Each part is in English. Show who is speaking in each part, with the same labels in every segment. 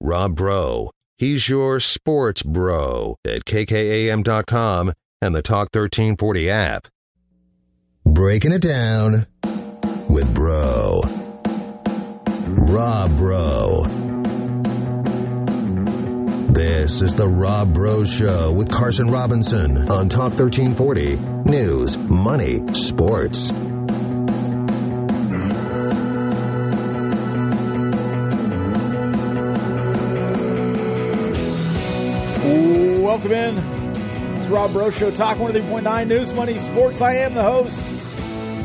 Speaker 1: Rob Bro. He's your sports bro at kkam.com and the Talk 1340 app. Breaking it down with Bro. Rob Bro. This is the Rob Bro Show with Carson Robinson on Talk 1340. News, money, sports.
Speaker 2: Welcome in. It's Rob Bro Show Talk 103.9 News Money Sports. I am the host.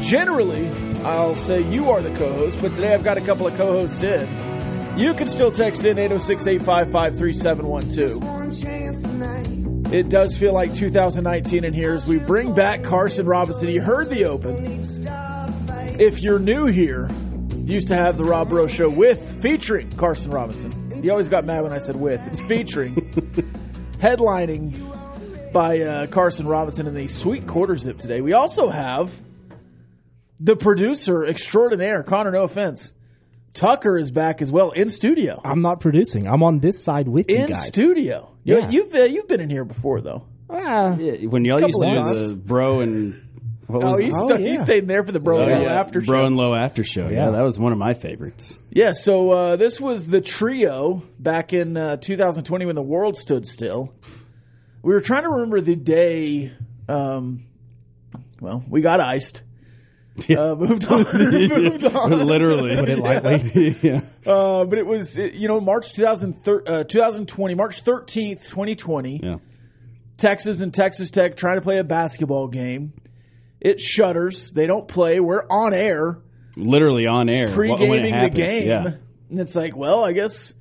Speaker 2: Generally, I'll say you are the co host, but today I've got a couple of co hosts in. You can still text in 806 855 3712. It does feel like 2019 in here as we bring back Carson Robinson. You heard the open. If you're new here, used to have the Rob Bro Show with featuring Carson Robinson. You always got mad when I said with. It's featuring headlining by uh, Carson Robinson in the sweet quarter zip today. We also have the producer extraordinaire, Connor. No offense, Tucker is back as well in studio.
Speaker 3: I'm not producing. I'm on this side with you
Speaker 2: In
Speaker 3: guys.
Speaker 2: studio, You-
Speaker 3: Yeah.
Speaker 2: you've uh, you've been in here before though.
Speaker 3: Ah,
Speaker 4: Yeah, when y'all used to
Speaker 3: Couple
Speaker 4: do
Speaker 3: of times.
Speaker 4: the bro and what
Speaker 2: Oh,
Speaker 4: was
Speaker 2: he,
Speaker 4: it?
Speaker 2: sta- he
Speaker 3: yeah.
Speaker 2: stayed there for the bro
Speaker 4: Oh,
Speaker 2: and Low
Speaker 4: yeah,
Speaker 2: after
Speaker 4: bro
Speaker 2: show.
Speaker 4: and low after show. Yeah,
Speaker 3: Yeah.
Speaker 4: that was one of my favorites.
Speaker 2: yeah, so uh, this was the trio back in uh, 2020 when the world stood still. We were trying to remember the day. Um, well, we got iced. Uh, moved on. moved on.
Speaker 4: Literally, put it lightly. yeah.
Speaker 2: Uh, but it was, it- you know, March 2013, uh, 2020, March 13th, 2020.
Speaker 4: Yeah.
Speaker 2: Texas and Texas Tech trying to play a basketball game. It shutters. They don't play. We're on air,
Speaker 4: literally on air, wh- when
Speaker 2: pre
Speaker 4: it
Speaker 2: gaming the
Speaker 4: happens.
Speaker 2: game.
Speaker 4: Yeah,
Speaker 2: And it's like, well, I guess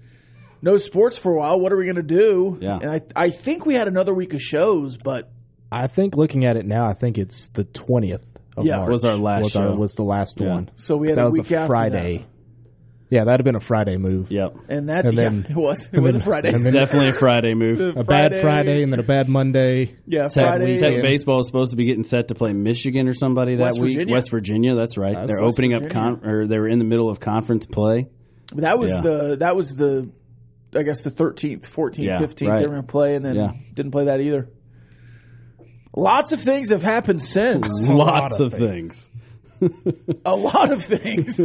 Speaker 2: no sports for a while. What are we going to do?
Speaker 4: Yeah.
Speaker 2: And I, I think we had another week of shows, but
Speaker 3: I think looking at it now, I think it's the 20th of
Speaker 2: Yeah,
Speaker 3: March.
Speaker 4: was our last
Speaker 3: was
Speaker 4: show.
Speaker 3: was the last
Speaker 4: Yeah.
Speaker 3: one.
Speaker 2: so we had
Speaker 3: that
Speaker 2: a
Speaker 3: was
Speaker 2: week
Speaker 3: a
Speaker 2: after
Speaker 3: Friday. Yeah, that'd have been a Friday move.
Speaker 4: yep.
Speaker 2: that. And that,
Speaker 3: And
Speaker 2: yeah,
Speaker 3: then-
Speaker 2: it was. It was a
Speaker 3: then-
Speaker 2: Friday.
Speaker 3: and then-
Speaker 4: Definitely a Friday move.
Speaker 3: A bad Friday and then a bad Monday.
Speaker 2: yeah,
Speaker 4: Tech,
Speaker 2: Friday.
Speaker 4: Tech baseball is supposed to be getting set to play Michigan or somebody that
Speaker 2: West
Speaker 4: week.
Speaker 2: Virginia.
Speaker 4: West Virginia, that's right.
Speaker 3: That's
Speaker 4: They're
Speaker 3: West
Speaker 4: opening
Speaker 2: Virginia.
Speaker 4: up con- or they were in the middle of conference play.
Speaker 2: But That was
Speaker 4: Yeah.
Speaker 2: the that was the I guess the thirteenth, fourteenth,
Speaker 4: Yeah,
Speaker 2: fifteenth
Speaker 4: right.
Speaker 2: they were gonna play and then
Speaker 4: Yeah.
Speaker 2: didn't play that either. Lots of things have happened since.
Speaker 4: Lots of things.
Speaker 2: a lot of things.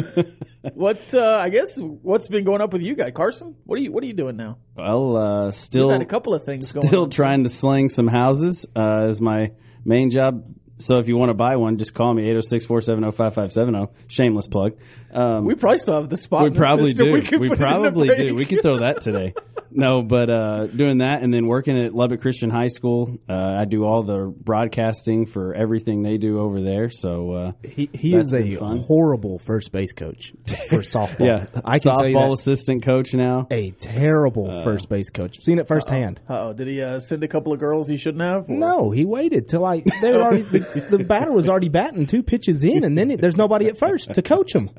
Speaker 2: what uh, I guess what's been going up with you guys, Carson? What are you what are you doing now?
Speaker 4: Well, uh,
Speaker 2: You've
Speaker 4: still
Speaker 2: had a couple of things going
Speaker 4: still
Speaker 2: on.
Speaker 4: trying to sling some houses uh, is my main job. So if you want to buy one, just call me 806-470-5570. oh. Shameless plug. Um,
Speaker 2: we probably still have the spot.
Speaker 4: we
Speaker 2: in the
Speaker 4: probably
Speaker 2: system.
Speaker 4: do.
Speaker 2: could
Speaker 4: We
Speaker 2: put it in the
Speaker 4: probably
Speaker 2: break.
Speaker 4: do. We could throw that today. no, but uh, doing that and then working at Lubbock Christian High School, uh, I do all the broadcasting for everything they do over there. So uh,
Speaker 3: He, he
Speaker 4: That's
Speaker 3: is a
Speaker 4: been fun.
Speaker 3: horrible first base coach for softball.
Speaker 4: yeah,
Speaker 3: I can tell you
Speaker 4: softball Uh,
Speaker 3: that.
Speaker 4: assistant coach now.
Speaker 3: a terrible first base coach. Seen it firsthand.
Speaker 2: Oh, did he uh, send a couple of girls he shouldn't have? Or-
Speaker 3: No, he waited till I. They were already the, the batter was already batting two pitches in, and then it, there's nobody at first to coach him.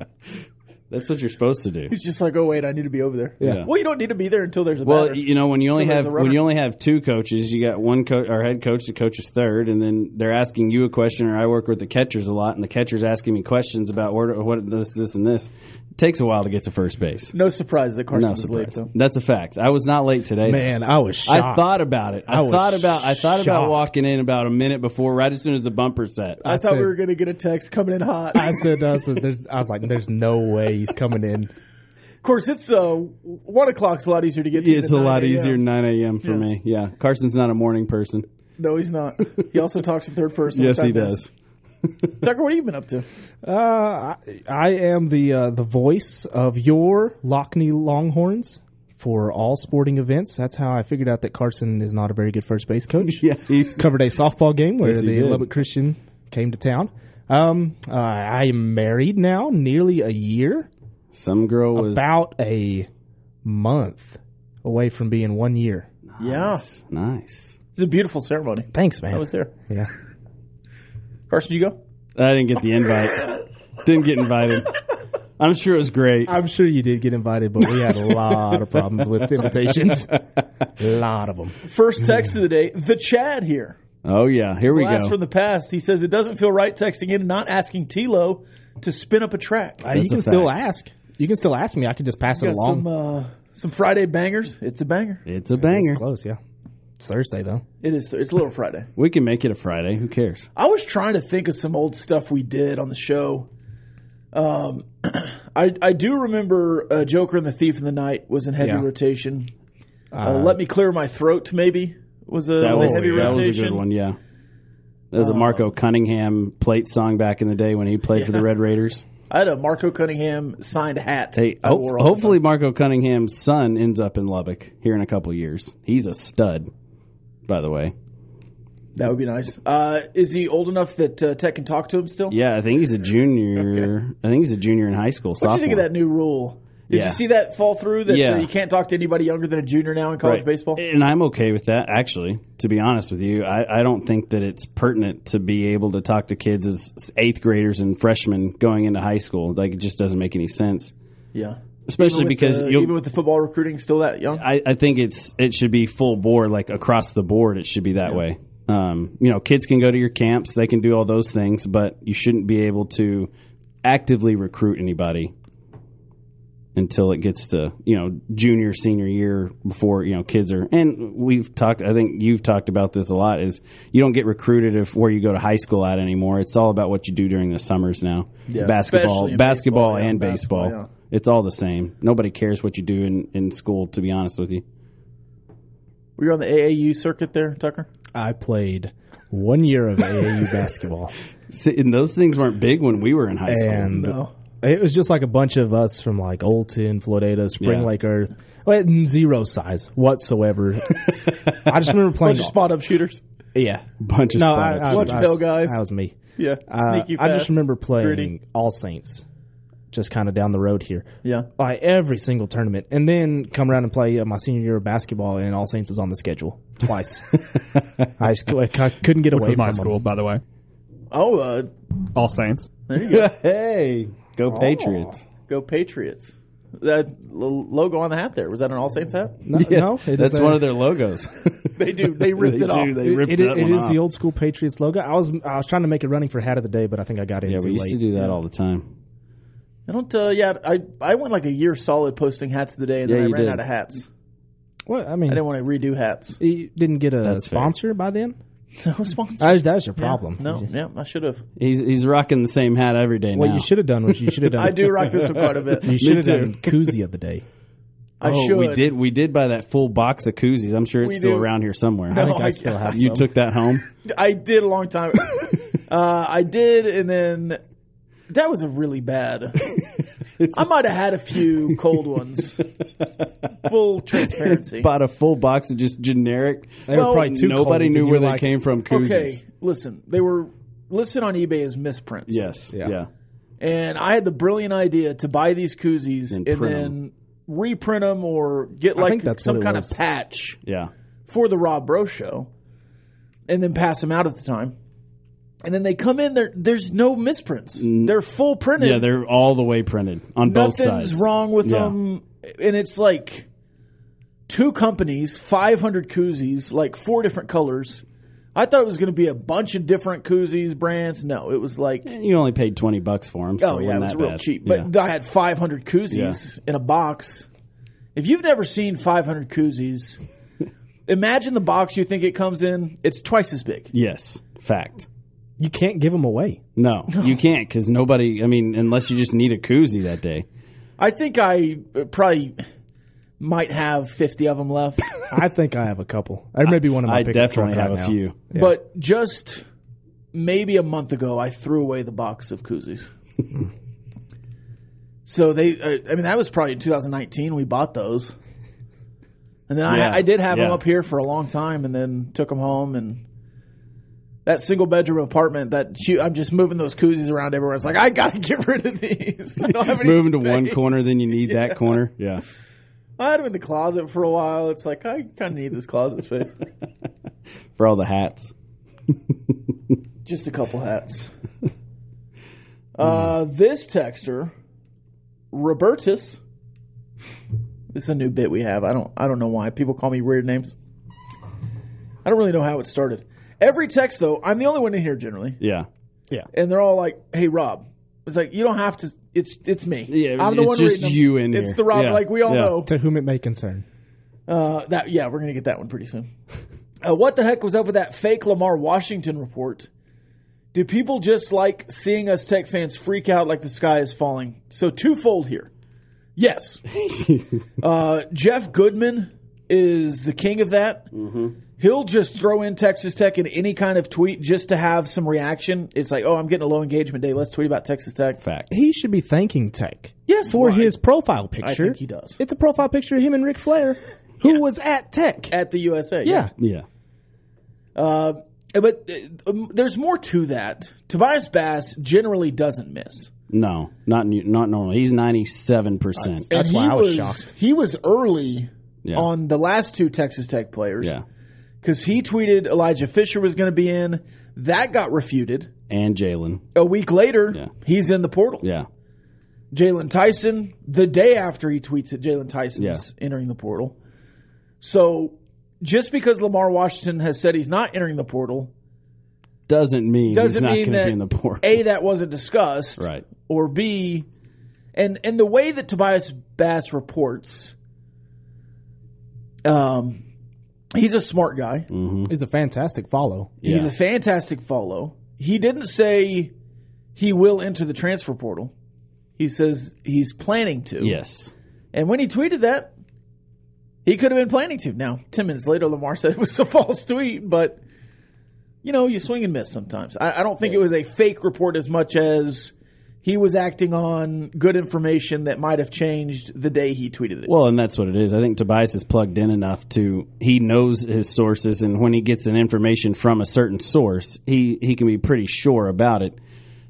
Speaker 4: That's what you're supposed to do.
Speaker 2: He's just like, oh wait, I need to be over there.
Speaker 4: Yeah.
Speaker 2: Well, you don't need to be there until there's a
Speaker 4: Well,
Speaker 2: batter.
Speaker 4: you know, when you only
Speaker 2: So there's
Speaker 4: have
Speaker 2: a runner.
Speaker 4: when you only have two coaches, you got one coach our head coach, the coach is third, and then they're asking you a question. Or I work with the catchers a lot, and the catchers asking me questions about where to, what this this and this. It takes a while to get to first base.
Speaker 2: no surprise that Carson
Speaker 4: No
Speaker 2: was late
Speaker 4: surprise.
Speaker 2: though.
Speaker 4: That's a fact. I was not late today.
Speaker 3: Man, I was shocked.
Speaker 4: I thought about it. I,
Speaker 3: I was
Speaker 4: thought about I thought about
Speaker 3: shocked.
Speaker 4: walking in about a minute before, right as soon as the bumper set.
Speaker 2: I,
Speaker 3: I
Speaker 2: thought we
Speaker 3: said-
Speaker 2: were going to get a text coming in hot.
Speaker 3: I said, I said, there's, I was like, there's no way he's coming in.
Speaker 2: of course, it's uh, one o'clock's a lot easier to get. to
Speaker 4: It's a
Speaker 2: than 9
Speaker 4: lot
Speaker 2: a.m.
Speaker 4: easier than 9 a.m. for me. Yeah, Carson's not a morning person.
Speaker 2: No, he's not. He also talks in third person.
Speaker 4: Yes,
Speaker 2: which I
Speaker 4: he
Speaker 2: miss.
Speaker 4: does.
Speaker 2: Tucker, what have you been up to?
Speaker 3: Uh, I, I am the uh, the voice of your Lockney Longhorns for all sporting events. That's how I figured out that Carson is not a very good first base coach.
Speaker 4: Yeah, he-
Speaker 3: Covered a softball game where
Speaker 4: Yes, he
Speaker 3: the
Speaker 4: did.
Speaker 3: Lubbock Christian came to town. Um, uh, I am married now, nearly a year,
Speaker 4: some girl was
Speaker 3: about a month away from being one year.
Speaker 2: Yeah,
Speaker 4: nice.
Speaker 2: it's a beautiful ceremony.
Speaker 3: Thanks, man.
Speaker 2: I was there.
Speaker 3: yeah.
Speaker 2: Carson, you go.
Speaker 4: I didn't get the invite. Didn't get invited. I'm sure it was great.
Speaker 3: I'm sure you did get invited, but we had a lot of problems with invitations. A lot of them.
Speaker 2: First text of the day. The Chad here.
Speaker 4: Oh yeah, here we
Speaker 2: Blast
Speaker 4: go.
Speaker 2: from the past. He says it doesn't feel right texting in and not asking Tilo to spin up a track.
Speaker 3: Uh, you
Speaker 4: That's a
Speaker 3: can still
Speaker 4: fact.
Speaker 3: ask. You can still ask me. I can just pass it
Speaker 2: Got
Speaker 3: along.
Speaker 2: some uh, Some Friday bangers. It's a banger.
Speaker 4: It's a banger.
Speaker 3: It's close, yeah. It's Thursday though.
Speaker 2: It is. It's a little Friday.
Speaker 4: We can make it a Friday. Who cares?
Speaker 2: I was trying to think of some old stuff we did on the show. Um, I I do remember uh, Joker and the Thief in the Night was in heavy
Speaker 3: Yeah.
Speaker 2: rotation. Uh, Let me clear my throat. Maybe was a,
Speaker 4: That was,
Speaker 2: heavy
Speaker 4: that was
Speaker 2: rotation. Oh.
Speaker 4: a good one, yeah. That was a Marco Cunningham plate song back in the day when he played for the Red Raiders.
Speaker 2: I had a Marco Cunningham signed hat.
Speaker 4: Hey,
Speaker 2: I
Speaker 4: ho-
Speaker 2: wore all the
Speaker 4: hopefully Marco Cunningham's son ends up in Lubbock here in a couple years. He's a stud, by the way.
Speaker 2: time. that would be nice. Uh, is he old enough that uh, Tech can talk to him still?
Speaker 4: Yeah, I think he's a junior. I think he's a junior in high school.
Speaker 2: What do you think of
Speaker 4: sophomore.
Speaker 2: that new rule? Did
Speaker 4: Yeah.
Speaker 2: you see that fall through? That
Speaker 4: Yeah.
Speaker 2: uh, you can't talk to anybody younger than a junior now in college
Speaker 4: Right.
Speaker 2: baseball.
Speaker 4: And I'm okay with that, actually, to be honest with you. I, I don't think that it's pertinent to be able to talk to kids as eighth graders and freshmen going into high school. Like, it just doesn't make any sense.
Speaker 2: yeah,
Speaker 4: Especially
Speaker 2: Even with
Speaker 4: because
Speaker 2: the-
Speaker 4: you'll,
Speaker 2: even with the football recruiting still that young.
Speaker 4: I, I think it's it should be full bore, like across the board. It should be that way. Um, you know, kids can go to your camps, they can do all those things, but you shouldn't be able to actively recruit anybody until it gets to you know junior senior year before you know kids are and we've talked i think you've talked about this a lot is you don't get recruited if where you go to high school at anymore it's all about what you do during the summers now
Speaker 2: Yeah, especially
Speaker 4: basketball
Speaker 2: in
Speaker 4: basketball
Speaker 2: baseball, yeah,
Speaker 4: and
Speaker 2: basketball,
Speaker 4: baseball, it's all the same nobody cares what you do in, in school to be honest with you
Speaker 2: Were you on the AAU circuit there, Tucker?
Speaker 3: Uh, I played one year of AAU basketball,
Speaker 4: See, and those things weren't big when we were in high school
Speaker 3: and it was just like a bunch of us from like Olton, Florida, Spring
Speaker 4: Yeah.
Speaker 3: Lake Earth, Well, zero size whatsoever. I just remember playing.
Speaker 2: Bunch of spot up shooters.
Speaker 3: Yeah,
Speaker 4: bunch of
Speaker 3: no, I,
Speaker 4: spots.
Speaker 3: I,
Speaker 2: Watch
Speaker 3: I,
Speaker 2: Bell, guys.
Speaker 3: That was me.
Speaker 2: Yeah,
Speaker 3: Uh,
Speaker 2: sneaky.
Speaker 3: I just
Speaker 2: fast,
Speaker 3: remember playing
Speaker 2: gritty.
Speaker 3: All Saints, just kind of down the road here.
Speaker 2: Yeah,
Speaker 3: Like every single tournament, and then come around and play uh, my senior year of basketball, and All Saints is on the schedule twice. I just I couldn't get away
Speaker 5: With
Speaker 3: from
Speaker 5: my
Speaker 3: them.
Speaker 5: school, by the way.
Speaker 2: Oh, uh,
Speaker 5: All Saints.
Speaker 4: hey go
Speaker 2: Oh.
Speaker 4: patriots
Speaker 2: go Patriots! That l- logo on the hat there was that an All Saints hat?
Speaker 3: No, no it
Speaker 4: that's
Speaker 3: is a-
Speaker 4: one of their logos
Speaker 2: They do. They ripped
Speaker 4: They
Speaker 2: it off.
Speaker 4: do, they
Speaker 3: It-
Speaker 4: ripped
Speaker 3: it-
Speaker 4: that
Speaker 3: it
Speaker 4: one
Speaker 3: is
Speaker 4: off.
Speaker 3: the old school Patriots logo. I was I was trying to make a running for hat of the day, but I think I got in
Speaker 4: yeah
Speaker 3: too
Speaker 4: we used
Speaker 3: late.
Speaker 4: to do that all the time
Speaker 2: I don't. Uh, yeah, I I went like a year solid posting hats of the day, and
Speaker 4: Yeah,
Speaker 2: then I
Speaker 4: you
Speaker 2: ran
Speaker 4: did.
Speaker 2: out of hats.
Speaker 3: What I
Speaker 2: I
Speaker 3: mean,
Speaker 2: didn't want to redo hats.
Speaker 3: you didn't get a
Speaker 4: That's fair.
Speaker 3: sponsor by then.
Speaker 2: No sponsor.
Speaker 4: Ah.
Speaker 3: That was, that was your problem.
Speaker 2: No, yeah, I should have.
Speaker 4: he's he's rocking the same hat every day
Speaker 3: What
Speaker 4: now
Speaker 3: you should have done was you should have done.
Speaker 2: I do rock this one quite a bit.
Speaker 3: You should have
Speaker 4: too.
Speaker 3: done koozie of the day.
Speaker 2: I
Speaker 4: oh,
Speaker 2: should.
Speaker 4: we did we did buy that full box of koozies i'm sure it's
Speaker 2: We do.
Speaker 4: still around here somewhere
Speaker 3: I think
Speaker 2: Oh,
Speaker 3: I
Speaker 2: I-
Speaker 3: still have. some.
Speaker 4: you took that home
Speaker 2: I did a long time. uh, I did, and then that was a really bad. I might have had a few cold ones. Full transparency.
Speaker 4: bought a full box of just generic
Speaker 3: They were
Speaker 2: Well,
Speaker 3: probably too
Speaker 4: nobody
Speaker 3: cold,
Speaker 4: knew
Speaker 3: and you
Speaker 4: where
Speaker 3: were
Speaker 4: they
Speaker 3: like,
Speaker 4: came from koozies
Speaker 2: okay, listen. They were listed on eBay as misprints.
Speaker 4: yes yeah,
Speaker 3: Yeah.
Speaker 2: and I had the brilliant idea to buy these koozies and,
Speaker 4: And print
Speaker 2: then
Speaker 4: 'em.
Speaker 2: reprint them or get
Speaker 3: think
Speaker 2: like
Speaker 3: that's
Speaker 2: some
Speaker 3: what it
Speaker 2: kind
Speaker 3: was.
Speaker 2: of patch
Speaker 4: yeah.
Speaker 2: for the Rob Bro show, and then pass them out at the time. And then they come in there. There's no misprints. They're full printed.
Speaker 4: Yeah, they're all the way printed on both
Speaker 2: nothing's
Speaker 4: sides.
Speaker 2: wrong with
Speaker 4: Yeah.
Speaker 2: them and it's like two companies 500 koozies like four different colors i thought it was going to be a bunch of different koozies brands no it was like
Speaker 4: You only paid twenty bucks for them. So
Speaker 2: oh
Speaker 4: it
Speaker 2: yeah it
Speaker 4: wasn't
Speaker 2: was
Speaker 4: that
Speaker 2: real
Speaker 4: bad.
Speaker 2: cheap
Speaker 4: Yeah.
Speaker 2: but i had 500 koozies in a box if you've never seen 500 koozies imagine the box you think it comes in it's twice as big
Speaker 4: yes, fact.
Speaker 3: You can't give them away.
Speaker 4: No, you can't because nobody. I mean, unless you just need a koozie that day.
Speaker 2: i think i uh, probably might have 50 of them left
Speaker 3: I think I have a couple. That may be one of my.
Speaker 4: I
Speaker 3: biggest
Speaker 4: definitely
Speaker 3: drunk
Speaker 4: have
Speaker 3: right
Speaker 4: a
Speaker 3: now.
Speaker 4: few.
Speaker 2: But just maybe a month ago, I threw away the box of koozies. so they, uh, I mean, that was probably in 2019. We bought those, and then
Speaker 4: Yeah,
Speaker 2: I, I did have them
Speaker 4: yeah.
Speaker 2: up here for a long time, and then took them home and. That single bedroom apartment, that hu I'm just moving those koozies around everywhere. It's like I gotta get rid of these. I don't have any
Speaker 4: Move them to one
Speaker 2: space.
Speaker 4: corner, then you need that corner. Yeah,
Speaker 2: I had them in the closet for a while. It's like I kind of need this closet space.
Speaker 4: for all the hats.
Speaker 2: Just a couple hats. uh, this texter, Robertus. This is a new bit we have. I don't. I don't know why people call me weird names. I don't really know how it started. Every text though, I'm the only one in here generally,
Speaker 4: Yeah,
Speaker 2: and they're all like, "Hey, Rob." It's like you don't have to. it's it's me.
Speaker 4: Yeah,
Speaker 2: I'm the
Speaker 4: it's
Speaker 2: one
Speaker 4: just
Speaker 2: reading them.
Speaker 4: you in
Speaker 2: It's
Speaker 4: here.
Speaker 2: the Rob.
Speaker 4: Yeah,
Speaker 2: Like we all
Speaker 4: yeah.
Speaker 2: know.
Speaker 3: To whom it may concern.
Speaker 2: Uh, that yeah, we're gonna get that one pretty soon. Uh, what the heck was up with that fake Lamar Washington report? Do people just like seeing us Tech fans freak out like the sky is falling? So twofold here. Yes, uh, Jeff Goodman is the king of that. He'll just throw in Texas Tech in any kind of tweet just to have some reaction. It's like, oh, I'm getting a low engagement day. Let's tweet about Texas Tech.
Speaker 4: Fact.
Speaker 3: He should be thanking Tech
Speaker 2: Yes,
Speaker 3: for
Speaker 2: why?
Speaker 3: his profile picture.
Speaker 2: think he does.
Speaker 3: It's a profile picture of him and Ric Flair, who was at Tech.
Speaker 2: at the USA.
Speaker 3: yeah.
Speaker 4: Yeah.
Speaker 2: Uh, but uh, um, there's more to that. Tobias Bass generally doesn't miss.
Speaker 4: No, not new- not normal. He's ninety seven percent.
Speaker 3: That's
Speaker 2: And
Speaker 3: why
Speaker 2: he
Speaker 3: I was shocked.
Speaker 2: He was early
Speaker 4: Yeah.
Speaker 2: on the last two Texas Tech players
Speaker 4: Yeah.
Speaker 2: because he tweeted Elijah Fisher was going to be in. That got refuted.
Speaker 4: And Jalen.
Speaker 2: A week later,
Speaker 4: Yeah.
Speaker 2: he's in the portal.
Speaker 4: Yeah.
Speaker 2: Jalen Tyson, the day after he tweets that Jalen Tyson is entering the portal. So just because Lamar Washington has said he's not entering the portal,
Speaker 4: Doesn't mean
Speaker 2: doesn't
Speaker 4: he's not
Speaker 2: mean
Speaker 4: going to
Speaker 2: that
Speaker 4: be in the portal.
Speaker 2: A, that wasn't discussed.
Speaker 4: right.
Speaker 2: or B, and and the way that Tobias Bass reports, um, he's a smart guy.
Speaker 3: He's a fantastic follow.
Speaker 4: Yeah.
Speaker 2: He's a fantastic follow. He didn't say he will enter the transfer portal. He says he's planning to.
Speaker 4: yes.
Speaker 2: And when he tweeted that, he could have been planning to. Now, ten minutes later, Lamar said it was a false tweet, but you know, you swing and miss sometimes. I, I don't think it was a fake report as much as he was acting on good information that might have changed the day he tweeted it.
Speaker 4: Well, and that's what it is. I think Tobias is plugged in enough to he knows his sources, and when he gets an information from a certain source, he he can be pretty sure about it.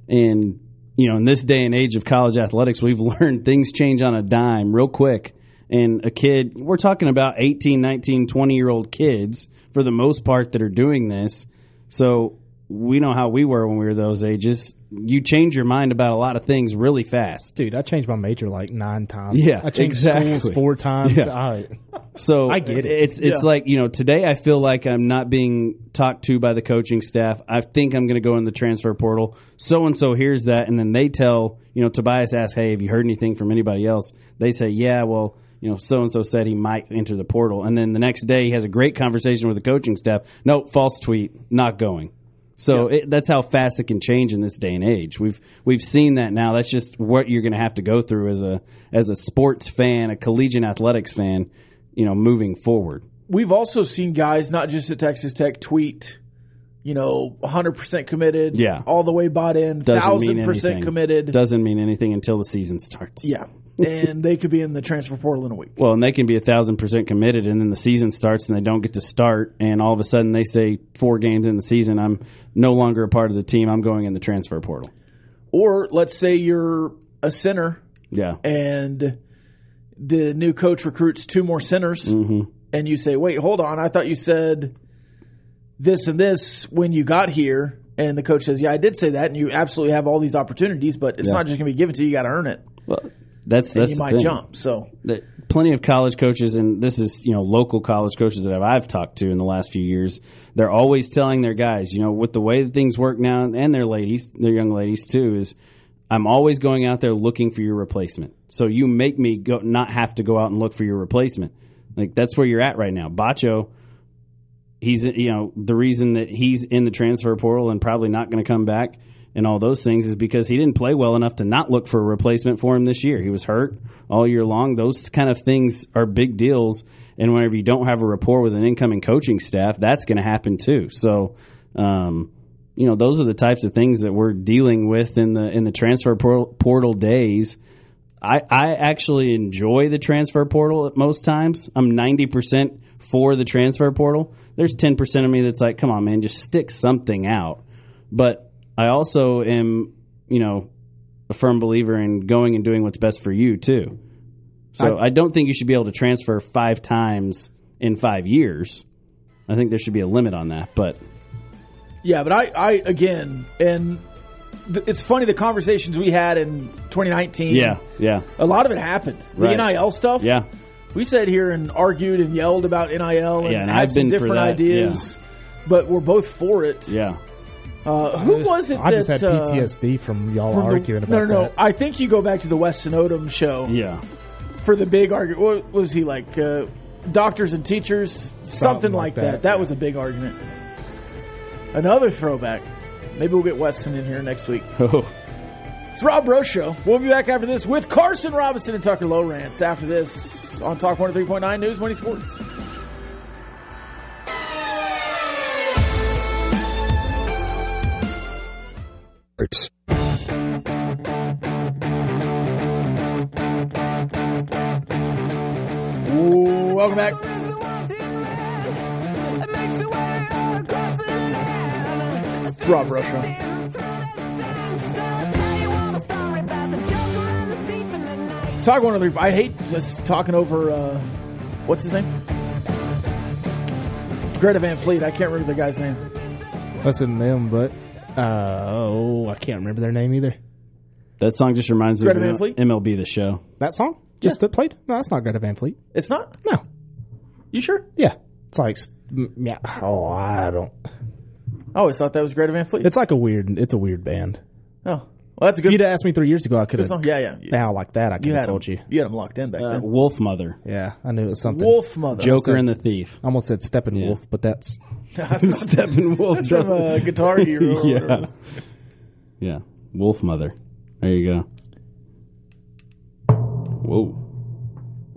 Speaker 4: And you know, in this day and age of college athletics, we've learned things change on a dime real quick. And a kid, we're talking about 18, 19, 20 year old kids for the most part that are doing this. So we know how we were when we were those ages. You change your mind about a lot of things really fast.
Speaker 3: Dude, I changed my major like nine times.
Speaker 4: Yeah,
Speaker 3: I changed
Speaker 4: exactly.
Speaker 3: schools four times.
Speaker 4: Yeah.
Speaker 3: I,
Speaker 4: So
Speaker 3: I get it.
Speaker 4: It's it's
Speaker 2: Yeah.
Speaker 4: like you know today I feel like I'm not being talked to by the coaching staff. I think I'm going to go in the transfer portal. So and so hears that, and then they tell you know Tobias asks, "Hey, have you heard anything from anybody else?" They say, "Yeah, well." You know, so and so said he might enter the portal, and then the next day he has a great conversation with the coaching staff. No, false tweet, not going. So it, that's how fast it can change in this day and age. We've we've seen that now. That's just what you're going to have to go through as a as a sports fan, a collegiate athletics fan. You know, moving forward.
Speaker 2: We've also seen guys, not just at Texas Tech, tweet, you know, 100% committed,
Speaker 4: Yeah.
Speaker 2: all the way bought in,
Speaker 4: Doesn't mean
Speaker 2: 1000%
Speaker 4: anything.
Speaker 2: committed.
Speaker 4: Doesn't mean anything until the season starts.
Speaker 2: yeah. and they could be in the transfer portal in a week.
Speaker 4: Well, and they can be a thousand percent committed, and then the season starts, and they don't get to start, and all of a sudden they say four games in the season, I'm no longer a part of the team. I'm going in the transfer portal.
Speaker 2: Or let's say you're a center
Speaker 4: Yeah.
Speaker 2: and the new coach recruits two more centers,
Speaker 4: Mm-hmm.
Speaker 2: and you say, "Wait, hold on, I thought you said this and this when you got here." And the coach says, "Yeah, I did say that, and you absolutely have all these opportunities, but it's
Speaker 4: Yeah.
Speaker 2: not just going to be given to you. You got to earn it.
Speaker 4: Well, that's that's
Speaker 2: you
Speaker 4: the
Speaker 2: might
Speaker 4: thing.
Speaker 2: jump." So
Speaker 4: that plenty of college coaches, and this is you know local college coaches that I've talked to in the last few years. They're always telling their guys, you know, with the way that things work now, and their ladies, their young ladies too, is I'm always going out there looking for your replacement. So you make me go not have to go out and look for your replacement. Like that's where you're at right now, Bacho. He's you know the reason that he's in the transfer portal and probably not going to come back and all those things is because he didn't play well enough to not look for a replacement for him this year. He was hurt all year long. Those kind of things are big deals. And whenever you don't have a rapport with an incoming coaching staff, that's going to happen too. So, um, you know, those are the types of things that we're dealing with in the in the transfer por- portal days. I, I actually enjoy the transfer portal at most times. I'm 90% for the transfer portal. There's 10% of me that's like, come on, man, just stick something out. But I also am, you know, a firm believer in going and doing what's best for you, too. So I, don't think you should be able to transfer five times in five years. I think there should be a limit on that. But
Speaker 2: Yeah, but I, I again, and th- it's funny the conversations we had in 2019.
Speaker 4: yeah, yeah,
Speaker 2: a lot of it happened. The
Speaker 4: Right.
Speaker 2: NIL stuff.
Speaker 4: yeah.
Speaker 2: we sat here and argued and yelled about NIL and,
Speaker 4: Yeah, and
Speaker 2: had
Speaker 4: I've
Speaker 2: some
Speaker 4: been for
Speaker 2: different
Speaker 4: that,
Speaker 2: ideas, but we're both for it.
Speaker 4: Yeah.
Speaker 2: Uh, who was it
Speaker 3: I
Speaker 2: that
Speaker 3: just had
Speaker 2: uh,
Speaker 3: PTSD from y'all
Speaker 2: from the-
Speaker 3: arguing about
Speaker 2: No, no, no.
Speaker 3: that.
Speaker 2: I think you go back to the Weston Odom show
Speaker 4: Yeah.
Speaker 2: for the big argument. What was he like? Uh, doctors and teachers, something, like,
Speaker 3: like
Speaker 2: that. That,
Speaker 3: that,
Speaker 2: was a big argument. Another throwback. Maybe we'll get Weston in here next week.
Speaker 4: Oh,
Speaker 2: It's Rob Bro Show. We'll be back after this with Carson Robinson and Tucker Lowrance. After this on Talk 103.9 News Money Sports.
Speaker 1: Sports.
Speaker 2: Ooh, welcome back.
Speaker 5: It's
Speaker 2: Rob
Speaker 5: Rob
Speaker 2: Russia.
Speaker 5: Russia.
Speaker 2: Talk one of the. I hate just talking over. Uh, what's his name? Greta Van Fleet. I can't remember the guy's name.
Speaker 3: That's in them, but uh, oh, I can't remember their name either.
Speaker 4: that song just reminds me
Speaker 2: Greta Van
Speaker 4: of
Speaker 2: Fleet?
Speaker 4: MLB the show.
Speaker 3: That song just that played? No, that's not Greta Van Fleet.
Speaker 2: It's not.
Speaker 3: No,
Speaker 2: You sure?
Speaker 3: yeah, it's like s- m- yeah. Oh, I don't.
Speaker 2: Oh, I always thought that was Greta Van Fleet.
Speaker 3: It's like a weird. It's a weird band.
Speaker 2: oh, well, that's a
Speaker 3: If
Speaker 2: good
Speaker 3: you'd have asked me three years ago, I could have.
Speaker 2: song. Yeah, yeah. You,
Speaker 3: Now like that, I could
Speaker 2: you
Speaker 3: have
Speaker 2: had
Speaker 3: told
Speaker 2: him.
Speaker 3: you.
Speaker 2: You had him locked in back
Speaker 4: Uh,
Speaker 2: then.
Speaker 4: Wolf Mother,
Speaker 3: Yeah, I knew it was something.
Speaker 2: Wolf mother.
Speaker 4: Joker and the Thief.
Speaker 3: I almost said Steppenwolf, but that's
Speaker 2: That's
Speaker 4: Steppenwolf.
Speaker 2: from uh, Guitar Hero. or whatever.
Speaker 4: yeah. Yeah. Wolf Mother. There you go. Whoa.